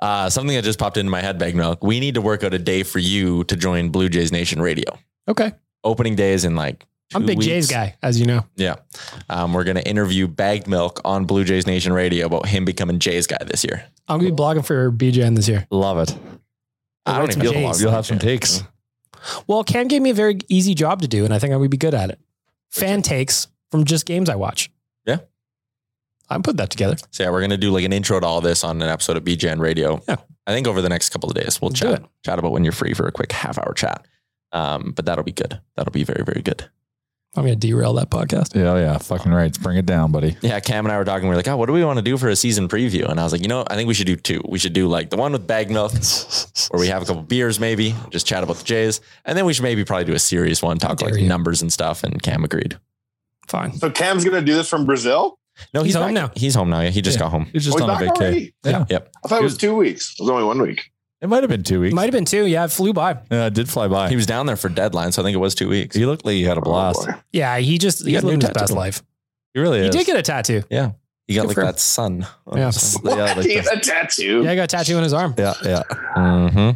Uh, something that just popped into my head, Bag Milk. We need to work out a day for you to join Blue Jays Nation Radio.
Okay.
Opening day is in like
I'm
two
a big Jays
weeks.
guy, as you know.
Yeah. Um, we're going to interview Bagged Milk on Blue Jays Nation Radio about him becoming Jays guy this year.
I'm gonna be blogging for BJN this year.
love it.
I don't
Write some
even
Jays.
belong to
You'll
that
have some
shit.
takes.
Well, Cam gave me a very easy job to do, and I think I would be good at it. Fan takes from just games I watch.
Yeah.
I'm putting that together.
So, yeah, we're going to do like an intro to all this on an episode of BJN Radio.
Yeah.
I think over the next couple of days, we'll
Do
chat,
it.
chat about when you're free for a quick half hour chat. Um, but that'll be good. That'll be very, very good.
I'm gonna derail that podcast.
Yeah, yeah, fucking right. Bring it down, buddy.
Yeah, Cam and I were talking. We were like, oh, what do we want to do for a season preview? And I was like, you know, I think we should do two. We should do like the one with Bag Milk, where we have a couple beers, maybe just chat about the Jays. And then we should maybe probably do a serious one, talk
dare
like
you.
numbers and stuff. And Cam agreed.
Fine.
So Cam's gonna do this from Brazil.
No,
He's
he's,
home
home
now.
now. He's home now. Yeah, he just got home.
He's
Oh,
just
he's
on a
back
vacay.
already?
Yeah.
Yep.
I thought it was two weeks. It was only one week.
It might have been two weeks.
Might have been two. Yeah, it flew by.
Yeah, it did fly by.
He
He,
was down there for deadline, so I think it was two weeks.
looked like he had a blast.
boy.
Yeah, he just
got
he's
a new
living his
tattoo.
best life.
he really
He
is.
did get a tattoo.
He got
Good
like
for him.
that sun.
Yeah.
Yeah,
What?
like the-
He's a tattoo.
Yeah, I got a tattoo on his arm.
yeah, yeah.
Mm-hmm.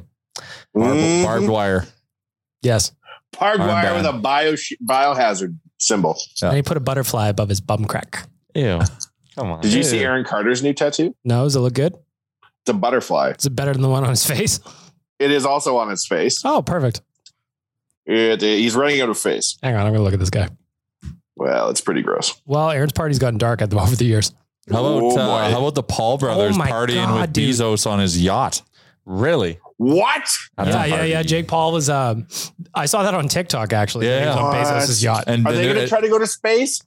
Barb-
Mhm.
Barbed wire.
Yes.
Barbed wire
Armband.
with a bio biohazard symbol.
And he put a butterfly above his bum crack.
Ew. Come on.
Did you see
Ew.
Aaron Carter's new tattoo?
No, does it look good?
It's a butterfly.
Is it better than the one on his face?
It is also on his face.
Oh, perfect.
It- he's running out of face.
Hang on, I'm gonna look at this guy.
Well, it's pretty gross.
Well, Aaron's party's gotten dark at the over the years.
How about
Oh,
uh,
boy.
how about the Paul brothers
Oh my
partying
God,
with
dude.
Bezos on his yacht?
Really?
What?
That's
yeah,
a
yeah,
party.
yeah. Jake Paul was. Um, I saw that on TikTok actually.
Yeah.
he was on
What?
Bezos' yacht.
And
Are
then
they going
it-
to try to go to space?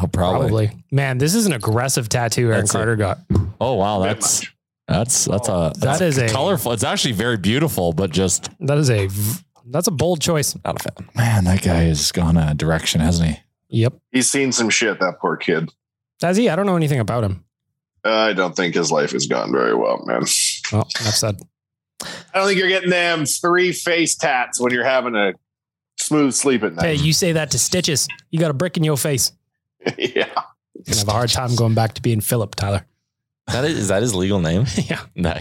oh, probably.
Probably. Man, this is an aggressive tattoo Aaron
That's it.
Carter got.
Oh wow,
Very
that's that's that's a
That
that's
is a-
colorful. It's actually very beautiful, but just
That is a v- that's a bold choice.
Not a fan.
man, that guy has gone a direction, hasn't he?
Yep.
He's seen some shit, that poor kid.
Does he? I don't know anything about him.
I don't think his life has gone very well, man.
Well, Oh, enough said.
I don't think you're getting them three face tats when you're having a smooth sleep at
Hey,
night.
you say that to Stitches. You got a brick in your face.
yeah.
You're gonna have a hard time going back to being Philip, Tyler.
That is, is that his legal name?
Yeah.
No.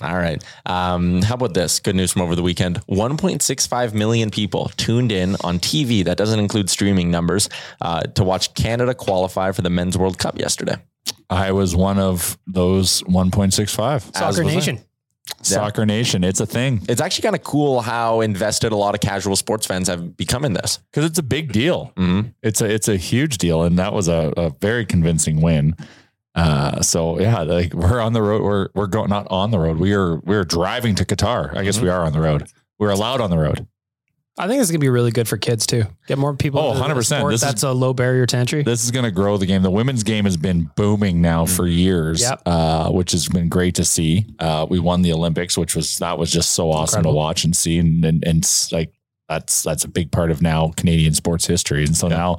All right. Um, how about this? Good news from over the weekend. 1.65 million people tuned in on TV. That doesn't include streaming numbers uh, to watch Canada qualify for the Men's World Cup yesterday.
I was one of those 1.65
Soccer
was I.
Nation.
soccer nation. It's a thing
It's actually kind of cool how invested a lot of casual sports fans have become in this.
because it's a big deal.
Mhm.
It's a it's a huge deal, and that was a, a very convincing win. Uh, so yeah, like we're on the road. We're we're going not on the road. We are we're driving to Qatar. I guess we are on the road. We're allowed on the road.
I think this is gonna be really good for kids too. Get more people.
Oh,
into the
100%.
sport.
This is-
That's a low barrier to entry.
This is going to grow the game. The women's game has been booming now for years,
Mm-hmm. Yep.
uh, which has been great to see. Uh, we won the Olympics, which was that was just so awesome
Incredible.
to watch and see, and and, and s- like that's that's a big part of now Canadian sports history. And so now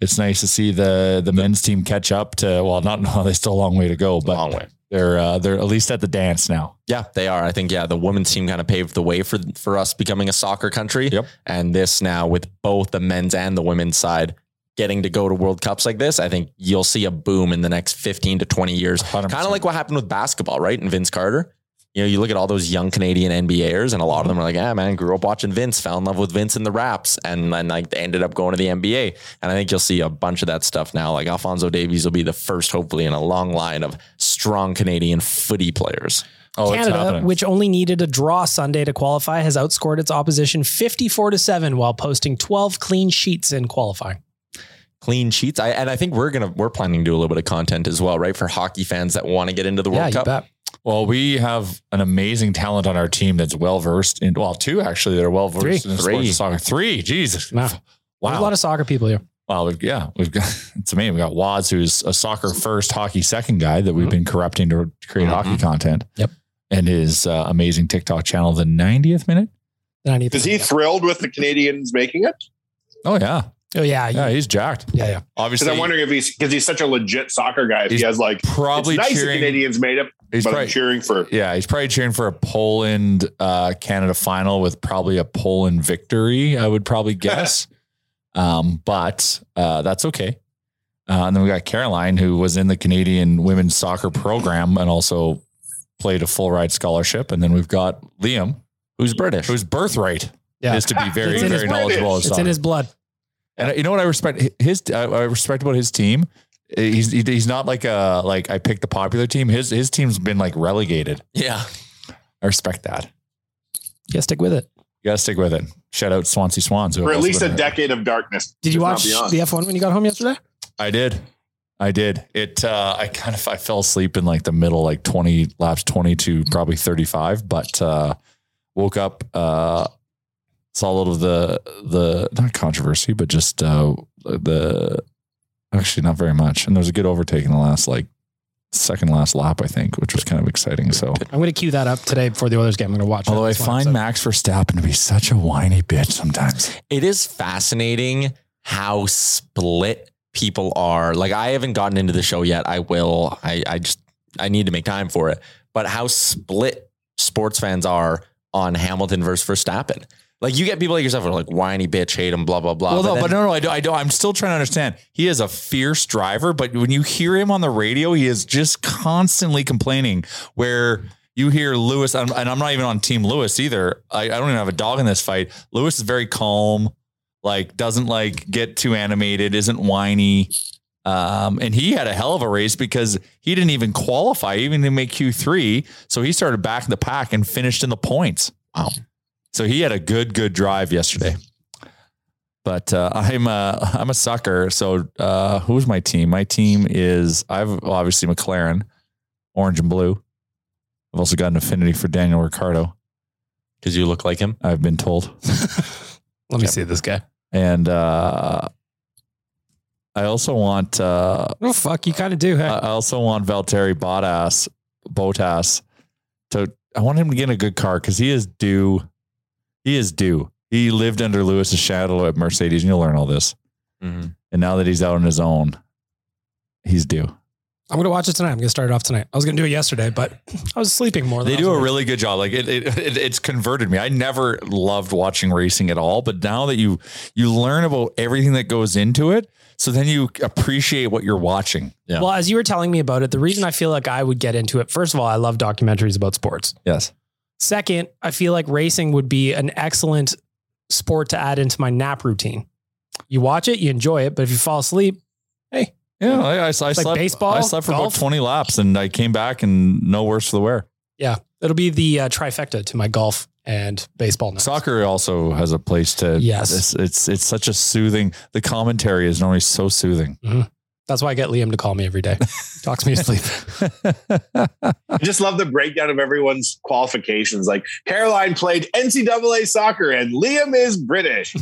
it's nice to see the the men's team catch up to. Well, not no, they still a long way to go, but
Long way.
they're uh, they're at least at the dance now.
Yeah, they are. I think yeah, the women's team kind of paved the way for for us becoming a soccer country.
Yep.
And this now with both the men's and the women's side getting to go to World Cups like this, I think you'll see a boom in the next 15 to 20 years.
100%.
Kind of like what happened with basketball, right? And Vince Carter. You know, you look at all those young Canadian NBAers and a lot of them are like, ah, man, grew up watching Vince, fell in love with Vince in the raps, and then like they ended up going to the NBA. And I think you'll see a bunch of that stuff now. Like Alfonso Davies will be the first, hopefully, in a long line of strong Canadian footy players.
Oh,
Canada, which only needed a draw Sunday to qualify, has outscored its opposition 54 to 7 while posting 12 clean sheets in qualifying.
clean sheets. I and I think we're gonna we're planning to do a little bit of content as well, right? For hockey fans that want to get into the World Cup.
bet.
Well, we have an amazing talent on our team that's well versed in. Well, two actually that are well
Three.
versed in the
Three.
sports of soccer. Three, Jesus,
Wow. There's
wow,
a lot of soccer people here.
wow. We've, yeah, we've got. It's amazing. We got Waz, who's a soccer first, hockey second guy that we've been corrupting to create hockey content.
Yep.
and his uh, amazing TikTok channel, the 90th minute.
Then I need
Is he thrilled with the Canadians making it?
Oh yeah,
Oh, yeah. you-
yeah,
Yeah,
he's jacked.
yeah.
Because
Obviously,
I'm wondering if he's because he's such a legit soccer guy. If he
He's
has like
probably
it's nice the
cheering.
Canadians made it,
he's
but
probably
I'm cheering for
Yeah, he's probably cheering for a Poland uh, Canada final with probably a Poland victory. I would probably guess, um, but uh, that's okay. Uh, and then we got Caroline, who was in the Canadian women's soccer program and also played a full ride scholarship. And then we've got Liam,
Who's British?
whose birthright
Yeah.
is to be very,
It's in
very
his-
knowledgeable. Of
It's
soccer.
in his blood.
And you know what I respect his I I respect about his team. He's he's not like a like I picked the popular team. His his team's been like relegated.
yeah.
I respect that.
Yeah, stick with it.
You gotta stick with it. Shout out Swansea Swans. who
for
have
at
also
least a
been-
decade of darkness.
Did you
if not
watch
beyond.
the F1 when you got home yesterday?
I did. I did. It uh I kind of I fell asleep in like the middle, like 20 laps 20 to probably 35, but uh woke up uh saw a little of the the not controversy, but just uh the actually not very much. And there was a good overtake in the last like second last lap, I think, which was kind of exciting. So
I'm going to queue that up today before the Oilers game. I'm going to watch it.
although I
That's why I'm
find
so-
Max Verstappen to be such a whiny bitch sometimes.
It is fascinating how split people are. Like I haven't gotten into the show yet. I will. I I just I need to make time for it. But how split sports fans are on Hamilton versus Verstappen. Like you get people like yourself who are like whiny bitch, hate him, blah blah blah.
Well, no,
then-
but no, no, I don't. I don't. I'm still trying to understand. He is a fierce driver, but when you hear him on the radio, he is just constantly complaining. Where you hear Lewis, and and I'm not even on Team Lewis either. I, I don't even have a dog in this fight. Lewis is very calm, like doesn't like get too animated, isn't whiny. Um, and he had a hell of a race because he didn't even qualify, he even to make Q three. So he started back in the pack and finished in the points. Wow. So he had a good, good drive yesterday. But uh, I'm a I'm a sucker. So uh, who's my team? My team is I've well, obviously McLaren, orange and blue. I've also got an affinity for Daniel Ricciardo.
because you look like him.
I've been told,
Let me see this guy.
and uh, I also want uh,
Oh, fuck. You kind of do. Hey?
I I also want Valtteri Bottas, Botas to I want him to get in a good car because he is due. He is due. He lived under Lewis's shadow at Mm-hmm. Mercedes, and you'll learn all this. And now that he's out on his own, he's due.
I'm going to watch it tonight. I'm going to start it off tonight. I was going to do it yesterday, but I was sleeping more. Than
They
I was
do a
awake.
really good job. Like it, it, it, it's converted me. I never loved watching racing at all, but now that you you learn about everything that goes into it, so then you appreciate what you're watching. Yeah.
Well, as you were telling me about it, the reason I feel like I would get into it, first of all, I love documentaries about sports.
yes.
Second, I feel like racing would be an excellent sport to add into my nap routine. You watch it, you enjoy it, but if you fall asleep,
Yeah. I, I, I
like
slept.
baseball,
I slept for
golf.
about 20 laps, and I came back and no worse for the wear.
yeah, it'll be the uh, trifecta to my golf and baseball. Now.
Soccer also has a place to.
Yes.
It's, it's it's such a soothing. The commentary is normally so soothing.
That's why I get Liam to call me every day. Talks me to sleep.
I just love the breakdown of everyone's qualifications. Like Caroline played NCAA soccer and Liam is British.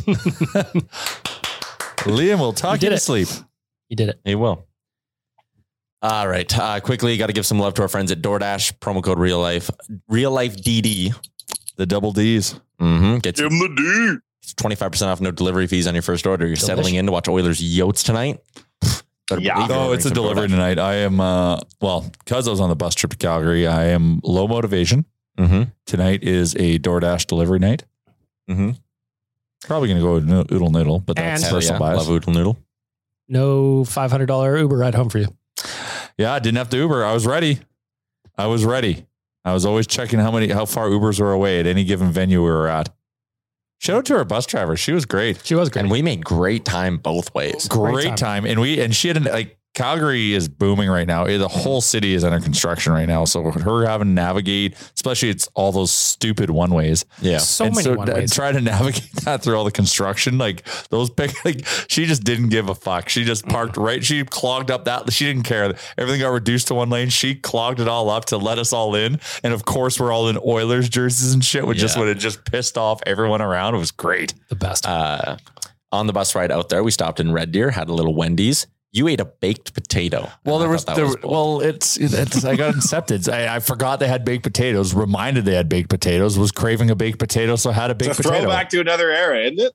Liam will talk
did
you to
it.
sleep.
You did it.
He will. All right. Uh, quickly, got to give some love to our friends at DoorDash. Promo code Real Life. Real Life DD.
The double D's.
Mm-hmm. Gets
Give him the D.
It's 25% off, no delivery fees on your first order. You're settling
Delish.
in to watch Oilers Yotes tonight. Gotta
Yeah.
believe you're
Oh,
ordering
it's a
some
delivery
DoorDash.
tonight. I am, uh, well, because I was on the bus trip to Calgary, I am low motivation.
Mhm.
Tonight is a DoorDash delivery night.
Mhm.
Probably going to go with no- Oodle Noodle, but that's
And-
Hell yeah.
personal bias.
Love Oodle Noodle.
No $500 Uber ride home for you.
Yeah, I didn't have to Uber. I was ready. I was ready. I was always checking how many, how far Ubers were away at any given venue we were at. Shout out to our bus driver. She was great.
She was great.
And we made great time both ways.
Great,
Great
time. And we, and she had an, like, Calgary is booming right now. The whole city is under construction right now. So her having to navigate, especially it's all those stupid one ways.
Yeah.
so
and
many
so
one
to
ways.
try to navigate that through all the construction, like those big, like she just didn't give a fuck. She just parked right. She clogged up that. She didn't care. Everything got reduced to one lane. She clogged it all up to let us all in. And of course, we're all in Oilers jerseys and shit, which just
Yeah.
would have just pissed off everyone around. It was great.
the best.
Uh, on the bus ride out there, we stopped in Red Deer, had a little Wendy's. You ate a baked potato. And
Well,
I
there was,
thought that
there,
cool.
well, it's, it's, I got incepted. I, I forgot they had baked potatoes, reminded they had baked potatoes, was craving a baked potato. So had a baked
It's a
potato.
throwback to another era, isn't it?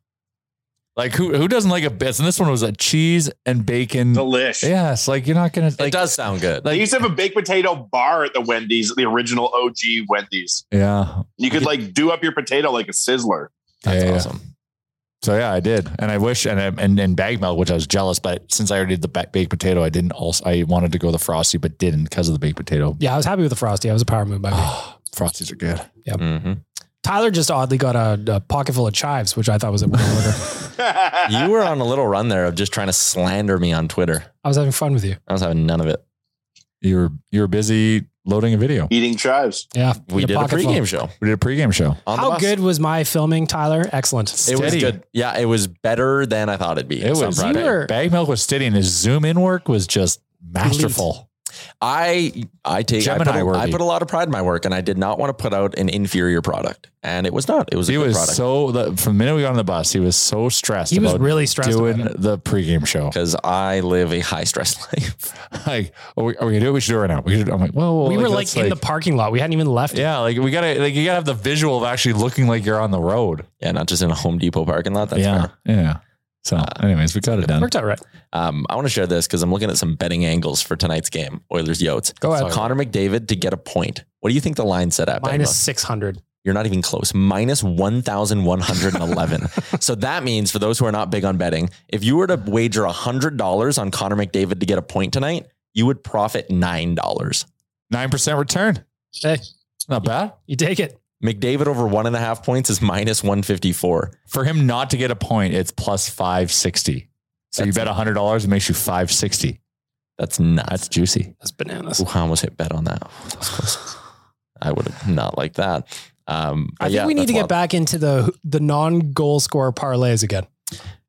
Like who, who doesn't like a bit? And this one was a cheese and bacon.
Delish.
Yes. Like you're not going to
it does sound good.
They used to have a baked potato bar at the Wendy's, the original OG Wendy's.
Yeah.
You could like do up your potato like a sizzler.
That's
Yeah, yeah.
awesome.
So yeah, I did, and I wish, and and and bag milk, which I was jealous, but since I already did the ba- baked potato, I didn't also. I wanted to go the frosty, but didn't because of the baked potato.
yeah, I was happy with the Frosty. I was a power move by me.
Frosties are good.
hmm
Tyler just oddly got a, a pocket full of chives, which I thought was a weird order.
You were on a little run there of just trying to slander me on Twitter.
I was having fun with you.
I was having none of it.
You're you're busy loading a video.
Eating chives.
Yeah.
We
Your
did a
pocket full.
pregame show.
We did a pregame show.
On the
How
bus.
good was my filming, Tyler? Excellent.
It was
Steady.
good. Yeah, it was better than I thought it'd be.
It
So I'm
was.
proud
you
of it.
were-
Bag milk was steady, and his zoom in work was just masterful.
I I take I put,
Gemini
a,
worthy.
I put a lot of pride in my work, and I did not want to put out an inferior product, and it was not. It was a
He
good
was
product
so the, from the minute we got on the bus, he was so stressed.
He was
about
really stressed
doing
about
the pregame show.
because I live a high stress life.
Like, are we, are we gonna do it? We should do it right now. We should. I'm like, well, well,
we were like
that's
in the parking lot. We hadn't even left.
Yeah, like we gotta like you gotta have the visual of actually looking like you're on the road.
yeah, not just in a Home Depot parking lot. That's
yeah,
fair.
yeah. So, anyways, we got it
It
done.
worked out right.
Um, I want to share this because I'm looking at some betting angles for tonight's game. Oilers Yotes.
Go ahead.
Connor McDavid to get a point. What do you think the line set at?
Minus
Bangor?
600.
You're not even close. Minus 1,111. so that means, for those who are not big on betting, if you were to wager $100 on Connor McDavid to get a point tonight, you would profit $9.
Nine percent return.
Hey,
Not bad
you take it.
McDavid over one and a half points is minus 154.
for him not to get a point. It's plus five sixty. So
That's
you bet hundred dollars, it makes you five sixty.
That's nuts.
That's juicy.
That's bananas.
Ooh, I almost hit bet on that. That was close. I would have not liked that. Um, but
I think
yeah,
we need
that's a
to get
lot.
back into the the non goal scorer parlays again.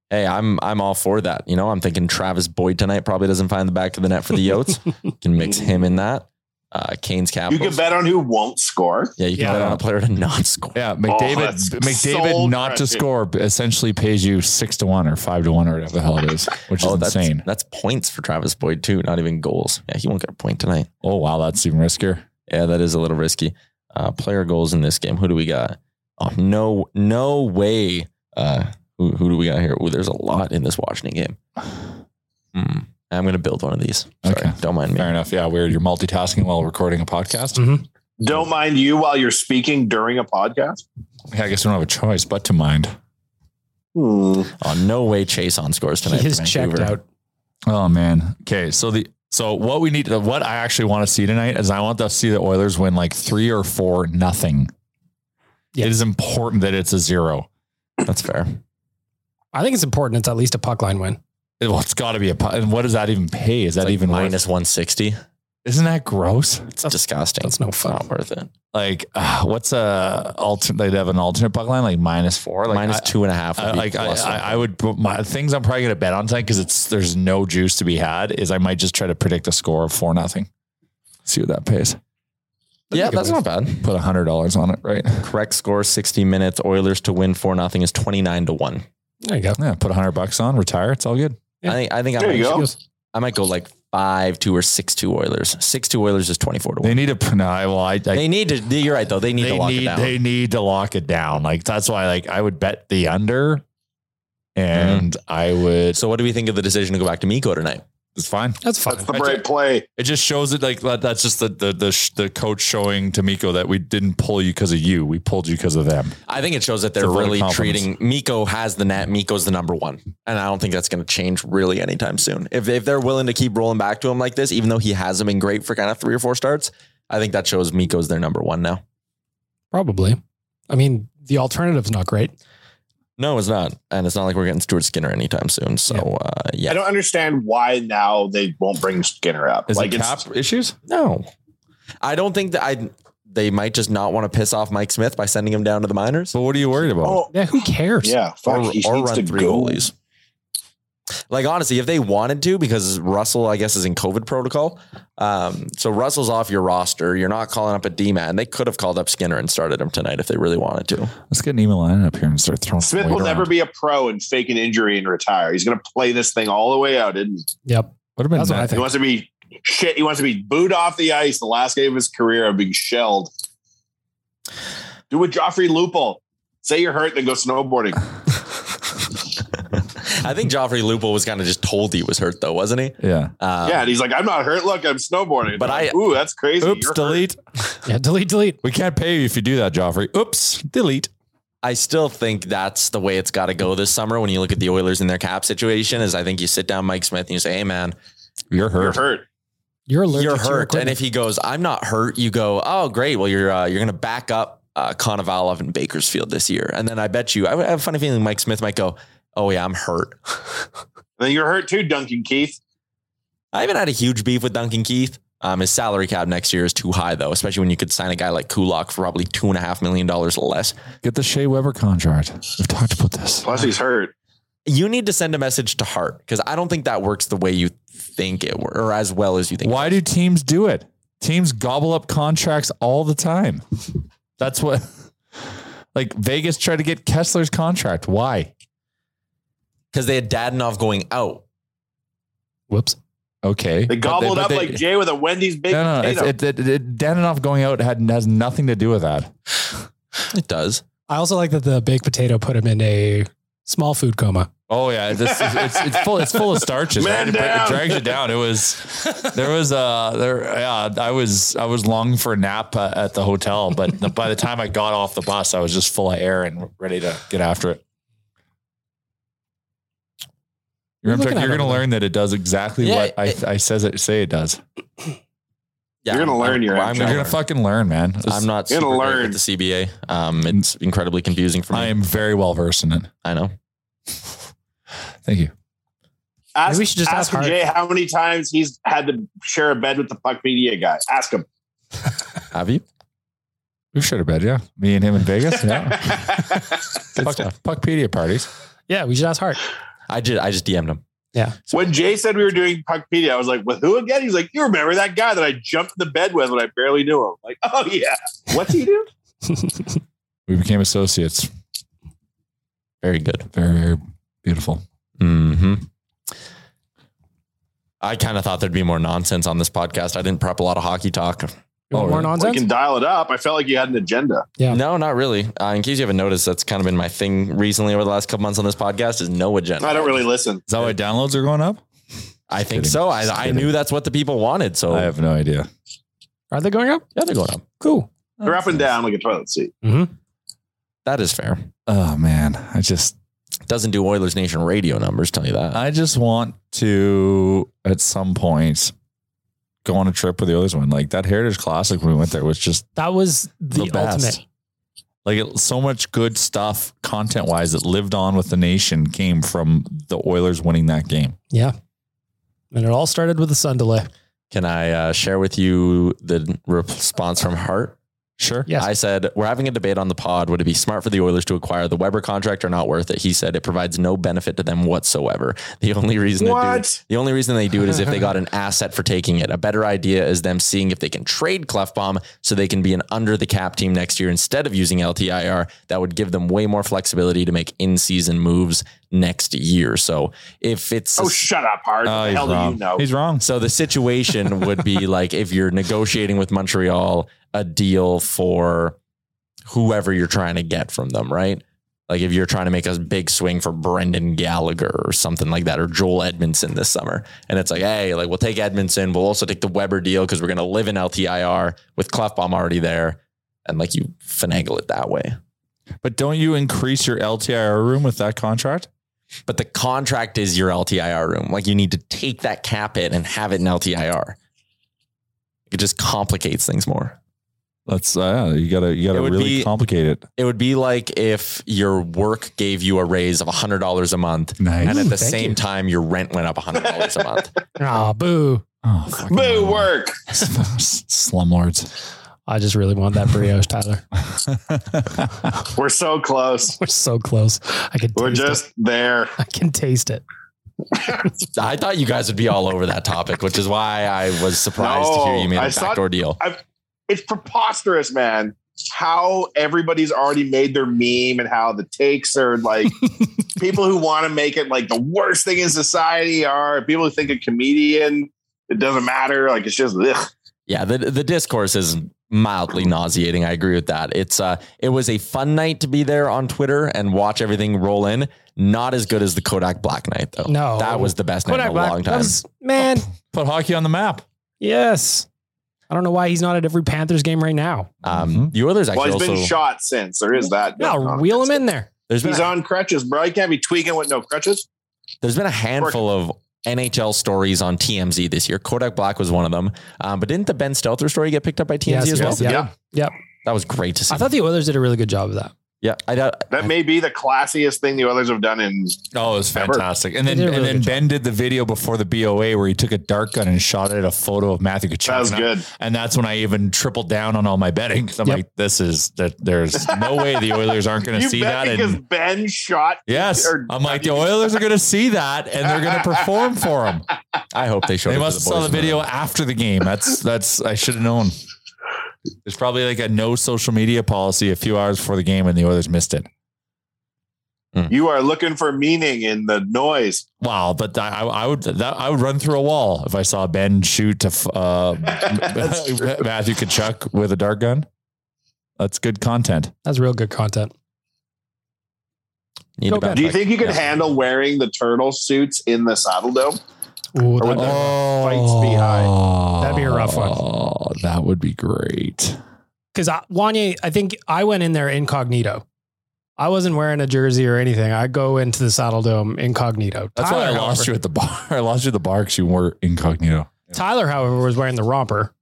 Hey, I'm I'm all for that. You know, I'm thinking Travis Boyd tonight probably doesn't find the back of the net for the Yotes. can mix him in that. Uh, Kane's
You
Capitals.
can bet on who won't score.
Yeah, you can
Yeah.
bet on a player to not score.
Yeah, McDavid.
Oh, that's
McDavid
so
not to
crushing.
score essentially pays you six to one or five to one or whatever the hell it is, which is
Oh, that's
insane.
that's points for Travis Boyd too, not even goals. Yeah, he won't get a point tonight.
Oh wow, that's even riskier.
Yeah, that is a little risky. Uh, player goals in this game. Who do we got? Oh no, no way. Uh, who who do we got here? Ooh, there's a lot in this Washington game. Hmm. I'm going to build one of these. Sorry,
Okay.
don't mind me.
Fair enough. Yeah, weird. You're multitasking while recording a podcast.
Don't mind you while you're speaking during a podcast.
Yeah, I guess we don't have a choice but to mind.
Hmm.
Oh, no way Chase on scores tonight.
He is
for
checked
Vancouver.
out.
Oh man. Okay. So the so what we need what I actually want to see tonight is I want to see the Oilers win like three or four nothing.
Yeah.
It is important that it's a zero.
That's fair.
I think it's important. It's at least a puck line win.
It- well, it's got to be a. pu- And what does that even pay? Is that
Like
even worth?
minus 160?
Isn't that gross?
It's disgusting.
That's no
It's
fun.
not worth it.
Like, uh, what's a alternate? They'd have an alternate puck line like minus four, like
Minus
I-
two and a half. Would
I,
be
like I,
plus
I,
one.
I would put my things I'm probably gonna bet on tonight because it's there's no juice to be had. Is I might just try to predict a score of four nothing. See what that pays.
yeah, that's not bad.
Put a hundred dollars on it, right?
Correct score 60 minutes. Oilers to win 4 nothing is 29 to 1.
There you go.
Yeah, put a hundred bucks on, retire. It's all good.
I think I think I
There
might,
you go.
I might go like 5 2 or 6 2 Oilers. 6 2 Oilers is 24 to 1.
They need to. No, I, well, I. I
They
they
need to, you're right though. They need
need.
to lock it down.
they need to lock it down. Like that's why. Like I would bet the under, and
Mm-hmm.
I would.
so, what do we think of the decision to go back to Miko tonight?
It's fine.
That's fine.
That's the right play.
It just shows it like that, that's just the the the, sh- the coach showing to Miko that we didn't pull you because of you. We pulled you because of them.
I think it shows that they're
It's a vote of
really
confidence.
treating Miko has the net. Miko's the number one, and I don't think that's going to change really anytime soon. If if they're willing to keep rolling back to him like this, even though he hasn't been great for kind of three or four starts, I think that shows Miko's their number one now.
Probably. I mean, the alternative's not great.
No, it's not, and it's not like we're getting Stuart Skinner anytime soon. So uh,
I
yeah,
don't understand why now they won't bring Skinner up.
Is
like
it
it's
cap issues?
no, I don't think that I. They might just not want to piss off Mike Smith by sending him down to the minors
So what are you worried about?
oh
Yeah, who cares?
yeah, fuck,
or,
he
or
needs to
run three
go.
goalies. Like honestly, if they wanted to, because Russell, I guess, is in COVID protocol. Um, so Russell's off your roster. You're not calling up a D man. They could have called up Skinner and started him tonight if they really wanted to.
Let's get an email line up here and start throwing. some
Smith
weight
will never
around.
be a pro and fake an injury and retire. He's going to play this thing all the way out. Isn't he?
Yep.
Would have been
That's what I
nice.
he
think.
wants to be shit. He wants to be booed off the ice the last game of his career of being shelled. Do what Joffrey Lupul. Say you're hurt, then go snowboarding.
I think Joffrey Lupo was kind of just told he was hurt, though, wasn't he?
Yeah.
Um,
yeah, and he's like, I'm not hurt. Look, I'm snowboarding.
But
Like,
I-
ooh, that's crazy.
Oops,
You're hurt.
delete.
Yeah. Delete, delete.
We can't pay you if you do that, Joffrey. Oops, delete.
I still think that's the way it's got to go this summer. When you look at the Oilers in their cap situation, is I think you sit down Mike Smith and you say, "Hey, man,
You're
You're
hurt.
hurt.
You're allergic
you're
to your
hurt. And
equipment.
if he goes, I'm not hurt, you go, oh, great. Well, you're uh, you're going to back up uh, Konovalov and Bakersfield this year. And then I bet you, I would have a funny feeling Mike Smith might go, oh, yeah, I'm hurt.
Then you're hurt too, Duncan Keith.
I haven't had a huge beef with Duncan Keith. Um, his salary cap next year is too high, though, especially when you could sign a guy like Kulak for probably two and a half million dollars less.
Get the Shea Weber contract. We've talked about this.
Plus, he's hurt.
You need to send a message to Hart because I don't think that works the way you think it wor- or as well as you think.
Why do teams do it? Teams gobble up contracts all the time. That's what, like Vegas tried to get Kessler's contract. Why?
Because they had Dadonov going out.
Whoops.
Okay,
They gobbled up
but
like Jay with a Wendy's baked
no, no,
potato.
it, it, it, it, Dadonov going out had has nothing to do with that.
It does.
I also like that the baked potato put him in a small food coma.
Oh yeah, this is, it's, it's full. It's full of starches.
Man
right? It,
down.
it drags you down. It was there was uh there yeah. I was I was longing for a nap uh, at the hotel, but by the time I got off the bus, I was just full of air and ready to get after it. You're,
You're
gonna,
looking
you're
at
gonna
it.
learn that it does exactly
Yeah,
what I,
it-
I says it say it does.
Yeah,
You're gonna learn your
I'm, I'm,
You're
gonna
gonna fucking learn, man.
I'm not
You're
super
gonna
great
learn.
with the CBA. Um, it's incredibly confusing for me.
I
I,
am very well versed in it.
know.
Thank you.
ask,
Maybe we should just ask
ask,
Hart.
Jay how many times he's had to share a bed with the puck media guy. Ask him.
Have you?
We should have bet, yeah. Me and him in Vegas, yeah. Puck, Puckpedia parties.
Yeah, we should ask Hart.
I just I just DM'd him.
when Jay said we were doing Puckpedia, I was like, with who again? He's like, you remember that guy that I jumped the bed with when I barely knew him? Like, oh yeah, what's he do?
We became associates.
Very good.
Very, very beautiful.
hmm I kind of thought there'd be more nonsense on this podcast. I didn't prep a lot of hockey talk.
You want
Oh,
more
really?
We
nonsense?
can dial it up. I felt like you had an agenda.
Yeah.
No, not really. Uh, in case you haven't noticed, that's kind of been my thing recently over the last couple months on this podcast is no agenda.
I don't really listen.
Is that why downloads are going up?
I think
Kidding.
so. I,
Just
I
kidding.
knew that's what the people wanted. So
I have no idea.
Are they going up?
yeah, they're going up.
Cool.
They're up and down like a toilet seat.
That is fair.
Oh man, I just
Doesn't do Oilers Nation radio numbers. Tell you that.
I just want to at some point go on a trip with the Oilers one. Like that Heritage Classic when we went there was just
That was the,
The best.
ultimate.
like it, so much good stuff content wise that lived on with the nation came from the Oilers winning that game.
Yeah. And it all started with the sun delay.
Can I uh, share with you the response from Hart?
Sure.
Yes.
I said, We're having a debate on the pod. Would it be smart for the Oilers to acquire the Weber contract or not worth it? He said it provides no benefit to them whatsoever. The only reason To do it,
What?
the only reason they do it is if they got an asset for taking it. A better idea is them seeing if they can trade Clefbaum so they can be an under the cap team next year instead of using LTIR. That would give them way more flexibility to make in season moves next year. So if it's
Oh, shut up, Hart.
Oh,
What the
he's
hell do
wrong.
you know?
He's wrong.
So the situation would be like if you're negotiating with Montreal a deal for whoever you're trying to get from them, right? Like if you're trying to make a big swing for Brendan Gallagher or something like that, or Joel Edmondson this summer, and it's like, hey, like we'll take Edmondson, we'll also take the Weber deal because we're gonna live in LTIR with Clefbaum already there, and like you finagle it that way.
But don't you increase your LTIR room with that contract?
But the contract is your LTIR room. Like you need to take that cap it and have it in LTIR. It just complicates things more.
That's uh, you gotta you
It
gotta
would
really
be-
complicate it.
It would be like if your work gave you a raise of hundred dollars a month,
Nice.
and at
Ooh,
the
thank
same
you.
time your rent went up hundred dollars a month.
Ah, boo.
Oh, fucking
Boo,
hell.
work.
Slumlords.
I just really want that brioche, Tyler.
We're so close.
We're so close. I can taste
We're
it.
just there.
I can taste it.
I thought you guys would be all over that topic, which is why I was surprised to hear you made
No,
a
I saw-
backdoor deal.
It's preposterous, man. How everybody's already made their meme and how the takes are like people who want to make it like the worst thing in society are people who think a comedian it doesn't matter. Like it's just ugh.
Yeah, the the discourse is mildly nauseating. I agree with that. It's uh it was a fun night to be there on Twitter and watch everything roll in. Not as good as the Kodak Black night though.
No.
That was the best night in a
Black-
long
that
time.
was- man,
Put hockey on the map.
yes. I don't know why he's not at every Panthers game right now.
um
Mm-hmm.
the Oilers
Well,
actually
he's
also
been shot since. There is that.
Yeah, wheel him in there.
there's been
He's
a-
on crutches, bro. You can't be tweaking with no crutches.
There's been a handful of NHL stories on TMZ this year. Kodak Black was one of them. Um, but didn't the Ben Stelter story get picked up by TMZ as well?
Yeah.
Yeah.
That was great to see.
I thought the Oilers did a really good job of that.
yeah, I doubt.
That may be the classiest thing the others have done in
Oh, it was
Ever.
fantastic. And
They
then
did a really
and then
good
Ben did the video before the BOA where he took a dart gun and shot it at a photo of Matthew Kachuk.
That was
And I-
good.
And that's when I even tripled down on all my betting. 'Cause I'm
Yep.
like, this is that there's no way the Oilers aren't going to
you
see
bet
that.
because
And
Ben shot.
yes,
or-
I'm like the Oilers are going to see that and they're going to perform for him.
I hope they showed.
They
it to
must have
the
saw
boys
the
in room.
video after the game. That's that's I should have known. There's probably like a no social media policy a few hours before the game, and the Oilers missed it. Hmm.
You are looking for meaning in the noise.
Wow, but I, I I would that, I would run through a wall if I saw Ben shoot to uh,
That's true.
Matthew Kachuk with a dart gun. That's good content.
That's real good content.
Need to
Go
bet
Do you
back.
think you could
Yeah.
handle wearing the turtle suits in the saddle dome?
Ooh,
Or would
that-
Oh,
fights be high.
That'd be a rough one.
Oh, that would be great.
because Wanye, I think I went in there incognito. I wasn't wearing a jersey or anything. I go into the Saddle Dome incognito.
That's why I
Tyler,
lost
however-
you at the bar. I lost you at the bar because you were incognito.
Tyler, however, was wearing the romper.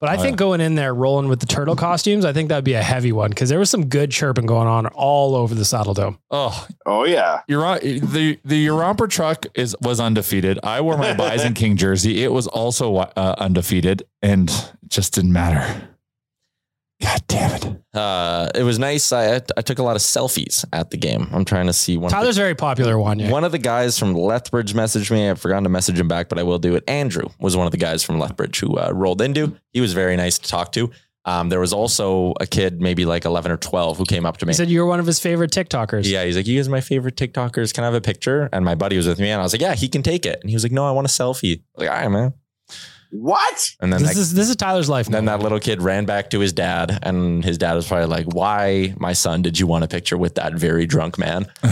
But I
Oh,
think
yeah.
going in there rolling with the turtle costumes, I think that'd be a heavy one because there was some good chirping going on all over the Saddle Dome.
Oh,
Oh yeah.
Uro- the the Uromper truck is was undefeated. I wore my Bison King jersey. It was also uh, undefeated, and it just didn't matter. God damn it!
Uh, it was nice. I I took a lot of selfies at the game. I'm trying to see one. of the-
Tyler's very popular, Wanye.
One of the guys from Lethbridge messaged me. I've forgotten to message him back, but I will do it. Andrew was one of the guys from Lethbridge who uh, rolled into. He was very nice to talk to. Um, there was also a kid, maybe like 11 or 12, who came up to me.
He said you were one of his favorite TikTokers.
Yeah, he's like, you guys are my favorite TikTokers. Can I have a picture? And my buddy was with me, and I was like, yeah, he can take it. And he was like, no, I want a selfie. Like, all right, man.
What?
And then
This
that,
is this is Tyler's life.
then
now.
that little kid ran back to his dad, and his dad was probably like, why, my son, did you want a picture with that very drunk man?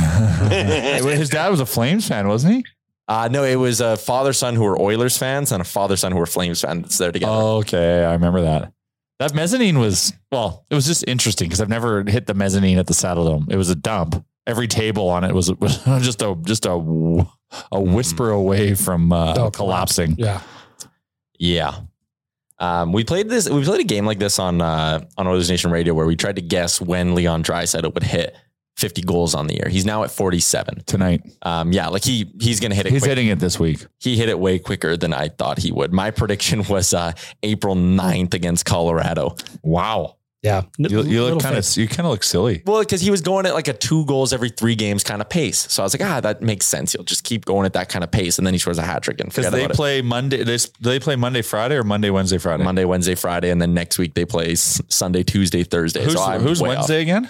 His dad was a Flames fan, wasn't he?
Uh, no, it was a father son who were Oilers fans and a father son who were Flames fans there together.
Okay, I remember that. That mezzanine was well, it was just interesting because I've never hit the mezzanine at the Saddle Dome. It was a dump. Every table on it was, was just a just a w- a whisper away from uh,
Oh,
collapsing.
Yeah.
Yeah. Um, we played this. We played a game like this on uh, on Oilers Nation Radio where we tried to guess when Leon Draisaitl would hit 50 goals on the year. He's now at 47.
Tonight,
Um, yeah, like he he's gonna hit it.
he's
quick.
hitting it this week.
he hit it way quicker than I thought he would. My prediction was uh, April 9th against Colorado.
Wow,
Yeah.
you, you
Little
look kind
face.
of you kind of look silly.
Well, because he was going at like a two goals every three games kind of pace. So I was like, ah, that makes sense. He'll just keep going at that kind of pace, and then he scores a hat trick and
Because
forget
they
about it.
play Monday, they, s- they play Monday, Friday, or Monday, Wednesday, Friday.
Monday, Wednesday, Friday, and then next week they play s- Sunday, Tuesday, Thursday.
Who's,
so I'm
who's
way off.
Wednesday again?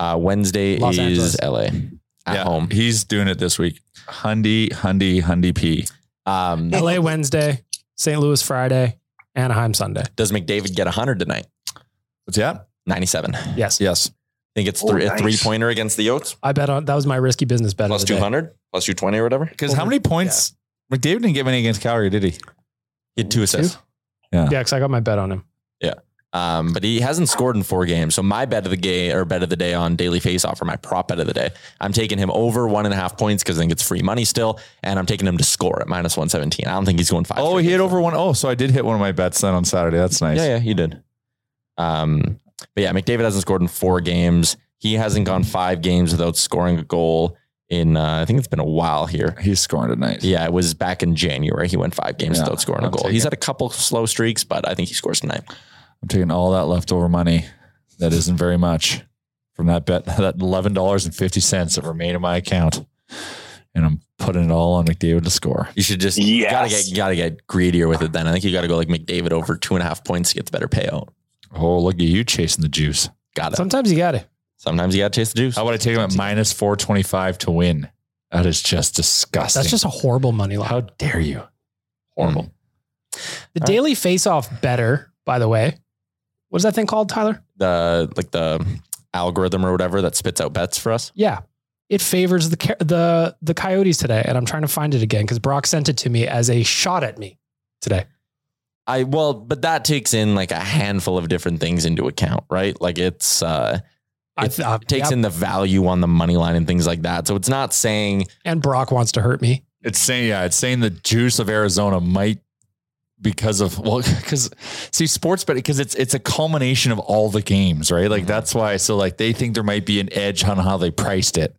Uh, Wednesday
Los
is
Angeles.
LA at home.
He's doing it this week. Hundy, Hundy, Hundy P.
Um,
LA Wednesday, St. Louis Friday, Anaheim Sunday.
does McDavid get 100 tonight?
What's that?
97. I
Yes.
Yes.
think it's
Oh,
three,
nice.
a three pointer against the Oaks,
I bet on that was my risky business bet. of
plus
the day.
200, plus 220 or whatever.
Because how many points? McDavid didn't get many against Calgary, did he?
He had two assists.
Yeah, because I got my bet on him.
Um, but he hasn't scored in four games. So my bet of the day or bet of the day on daily faceoff or my prop bet of the day, I'm taking him over one and a half points because I think it's free money still, and I'm taking him to score at minus one seventeen. I don't think he's going five.
Oh,
straight
he hit
games.
over one. Oh, so I did hit one of my bets then on Saturday. That's nice.
Yeah, yeah, he did. Um, but yeah, McDavid hasn't scored in four games. He hasn't gone five games without scoring a goal in. Uh, I think it's been a while here.
He's scoring tonight.
Yeah, it was back in January. He went five games
Yeah,
without scoring a
I'll
goal.
take
He's
it.
had a couple slow streaks, but I think he scores tonight.
I'm taking all that leftover money. That isn't very much from that bet. That eleven dollars and fifty cents that remain in my account, and I'm putting it all on McDavid to score.
You should just
Yes.
gotta get you gotta get greedier with it. Then I think you gotta go like McDavid over two and a half points to get the better payout.
Oh, look at you chasing the juice.
Got it.
Sometimes you got it.
Sometimes you gotta chase the juice.
How about I take him at minus four twenty five to win? That is just disgusting.
That's just a horrible money line.
how dare you?
Horrible.
the daily face off better, by the way. What is that thing called, Tyler?
The like the algorithm or whatever that spits out bets for us.
Yeah. It favors the Ca- the the Coyotes today, and I'm trying to find it again because Brock sent it to me as a shot at me today.
I well, but that takes in like a handful of different things into account, right? Like it's uh
I
It
th- uh,
takes
yep,
in the value on the money line and things like that. So it's not saying
and Brock wants to hurt me.
It's saying yeah, it's saying the juice of Arizona might because of well because see sports betting because it's it's a culmination of all the games right like that's why so like they think there might be an edge on how they priced it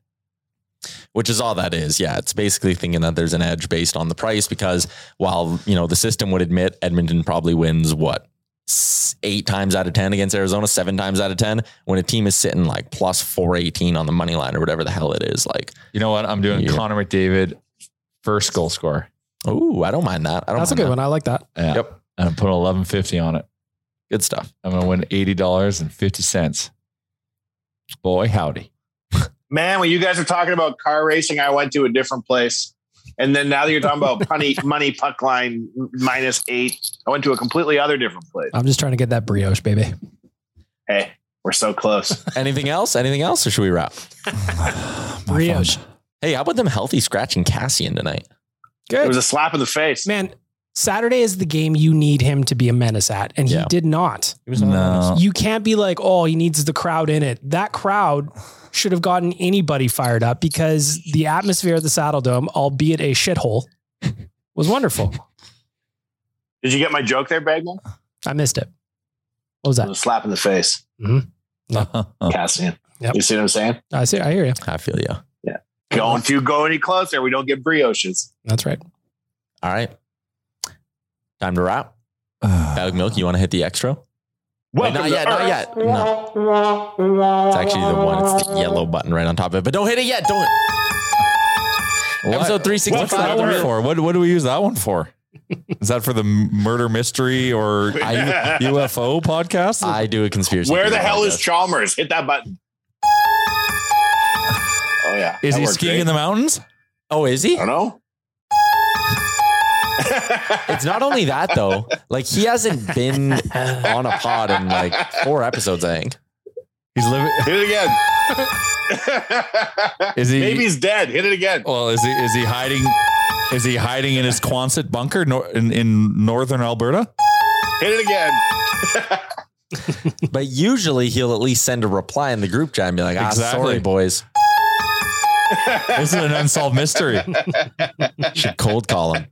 which is all that is. Yeah, it's basically thinking that there's an edge based on the price because while, you know, the system would admit Edmonton probably wins what? s- 8 times out of 10 against Arizona, 7 times out of 10 when a team is sitting like plus 418 on the money line or whatever the hell it is like.
you know what I'm doing
Yeah.
Connor McDavid first goal scorer
Ooh, I don't mind that. I don't
That's a
mind
good
that.
one. I like that.
yeah.
Yep.
and I'm putting 1150 on it
Good stuff.
I'm gonna win eighty dollars and fifty cents boy howdy
Man, when you guys are talking about car racing, I went to a different place. And then now that you're talking about money, money puck line minus eight, I went to a completely other different place.
I'm just trying to get that brioche, baby.
Hey, we're so close.
Anything else? Anything else or should we wrap?
Brioche,
Hey, how about them healthy scratching Cassian tonight?
it
good
was a slap in the face.
man. Saturday is the game you need him to be a menace at, and he
Yeah.
did not.
no
You can't be like, oh, he needs the crowd in it. That crowd should have gotten anybody fired up because the atmosphere of the Saddle Dome, albeit a shithole, was wonderful.
Did you get my joke there, Bagman?
I missed it. What was
It
that?
was a slap in the face,
Oh.
Cassian.
Yep.
You see what I'm saying?
I see. I hear you.
I feel you.
Don't you go any closer. We don't get brioches.
That's right.
All right. Time to wrap. Bag milk, you want to hit the extra? Wait,
Welcome
not
to
yet, not
Earth.
yet. Uh, No. It's actually the one, it's the yellow button right on top of it. But don't hit it yet. Don't Episode
What's that
365.
one for? What what do we use that one for? Is that for the murder mystery or I- UFO podcast?
I do a conspiracy.
Where the
theory
hell is
podcast.
Chalmers? Hit that button. Oh yeah.
Is
That
he
worked
skiing
great.
in the mountains?
Oh, is he?
I don't know.
It's not only that though. Like he hasn't been on a pod in like four episodes, I think.
He's living.
Hit it again.
Is he-
Maybe he's dead. Hit it again.
Oh. Well, is he is he hiding? Is he hiding in his Quonset bunker nor- in, in northern Alberta?
Hit it again.
But usually he'll at least send a reply in the group chat and be like, ah,
Exactly.
sorry, boys.
This is an unsolved mystery.
Should cold call him.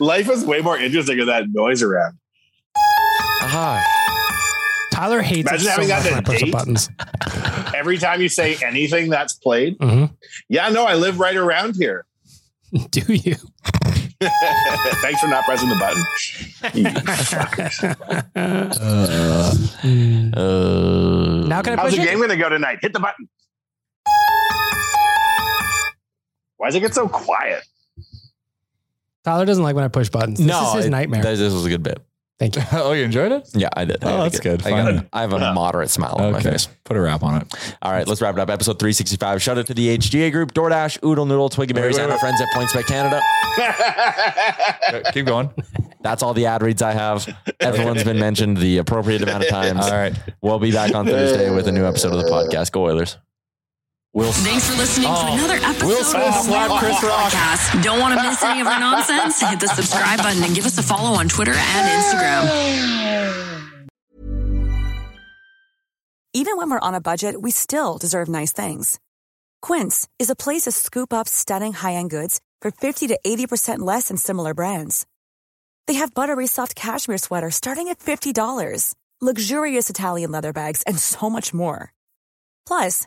Life is way more interesting with that noise around.
Ah,
Tyler hates it
Imagine
so
having
much
that
when I
at
push the
date.
buttons.
Every time you say anything that's played,
Mhm.
yeah, no, I live right around here.
Do you?
Thanks for not pressing the button.
Uh,
Mm.
now can I
How's
push
the game
it?
going to go tonight? Hit the button. Why does it get so quiet?
Tyler doesn't like when I push buttons. This
no,
is his
it-
nightmare.
that- this was a good bit.
Thank you.
oh, you enjoyed it?
Yeah, I did. I
Oh,
got a
that's good.
I, got a-
Fine.
I have a moderate smile on my
Okay.
face.
Oh, Put a wrap on it.
All right, let's wrap it up. Episode 365. Shout out to the HGA group, DoorDash, Oodle Noodle, Twiggy Berries,
wait,
and our
wait.
friends at Points by Canada.
Keep going.
That's all the ad reads I have. Everyone's been mentioned the appropriate amount of times.
All right.
We'll be back on Thursday with a new episode of the podcast. Go Oilers. Will
Thanks for listening to another episode of the Slap Chris Podcast. Don't want to miss any of our nonsense? Hit the subscribe button and give us a follow on Twitter and Instagram.
Even when we're on a budget, we still deserve nice things. Quince is a place to scoop up stunning high-end goods for 50 to 80% less than similar brands. They have buttery soft cashmere sweaters starting at $50, luxurious Italian leather bags, and so much more. Plus,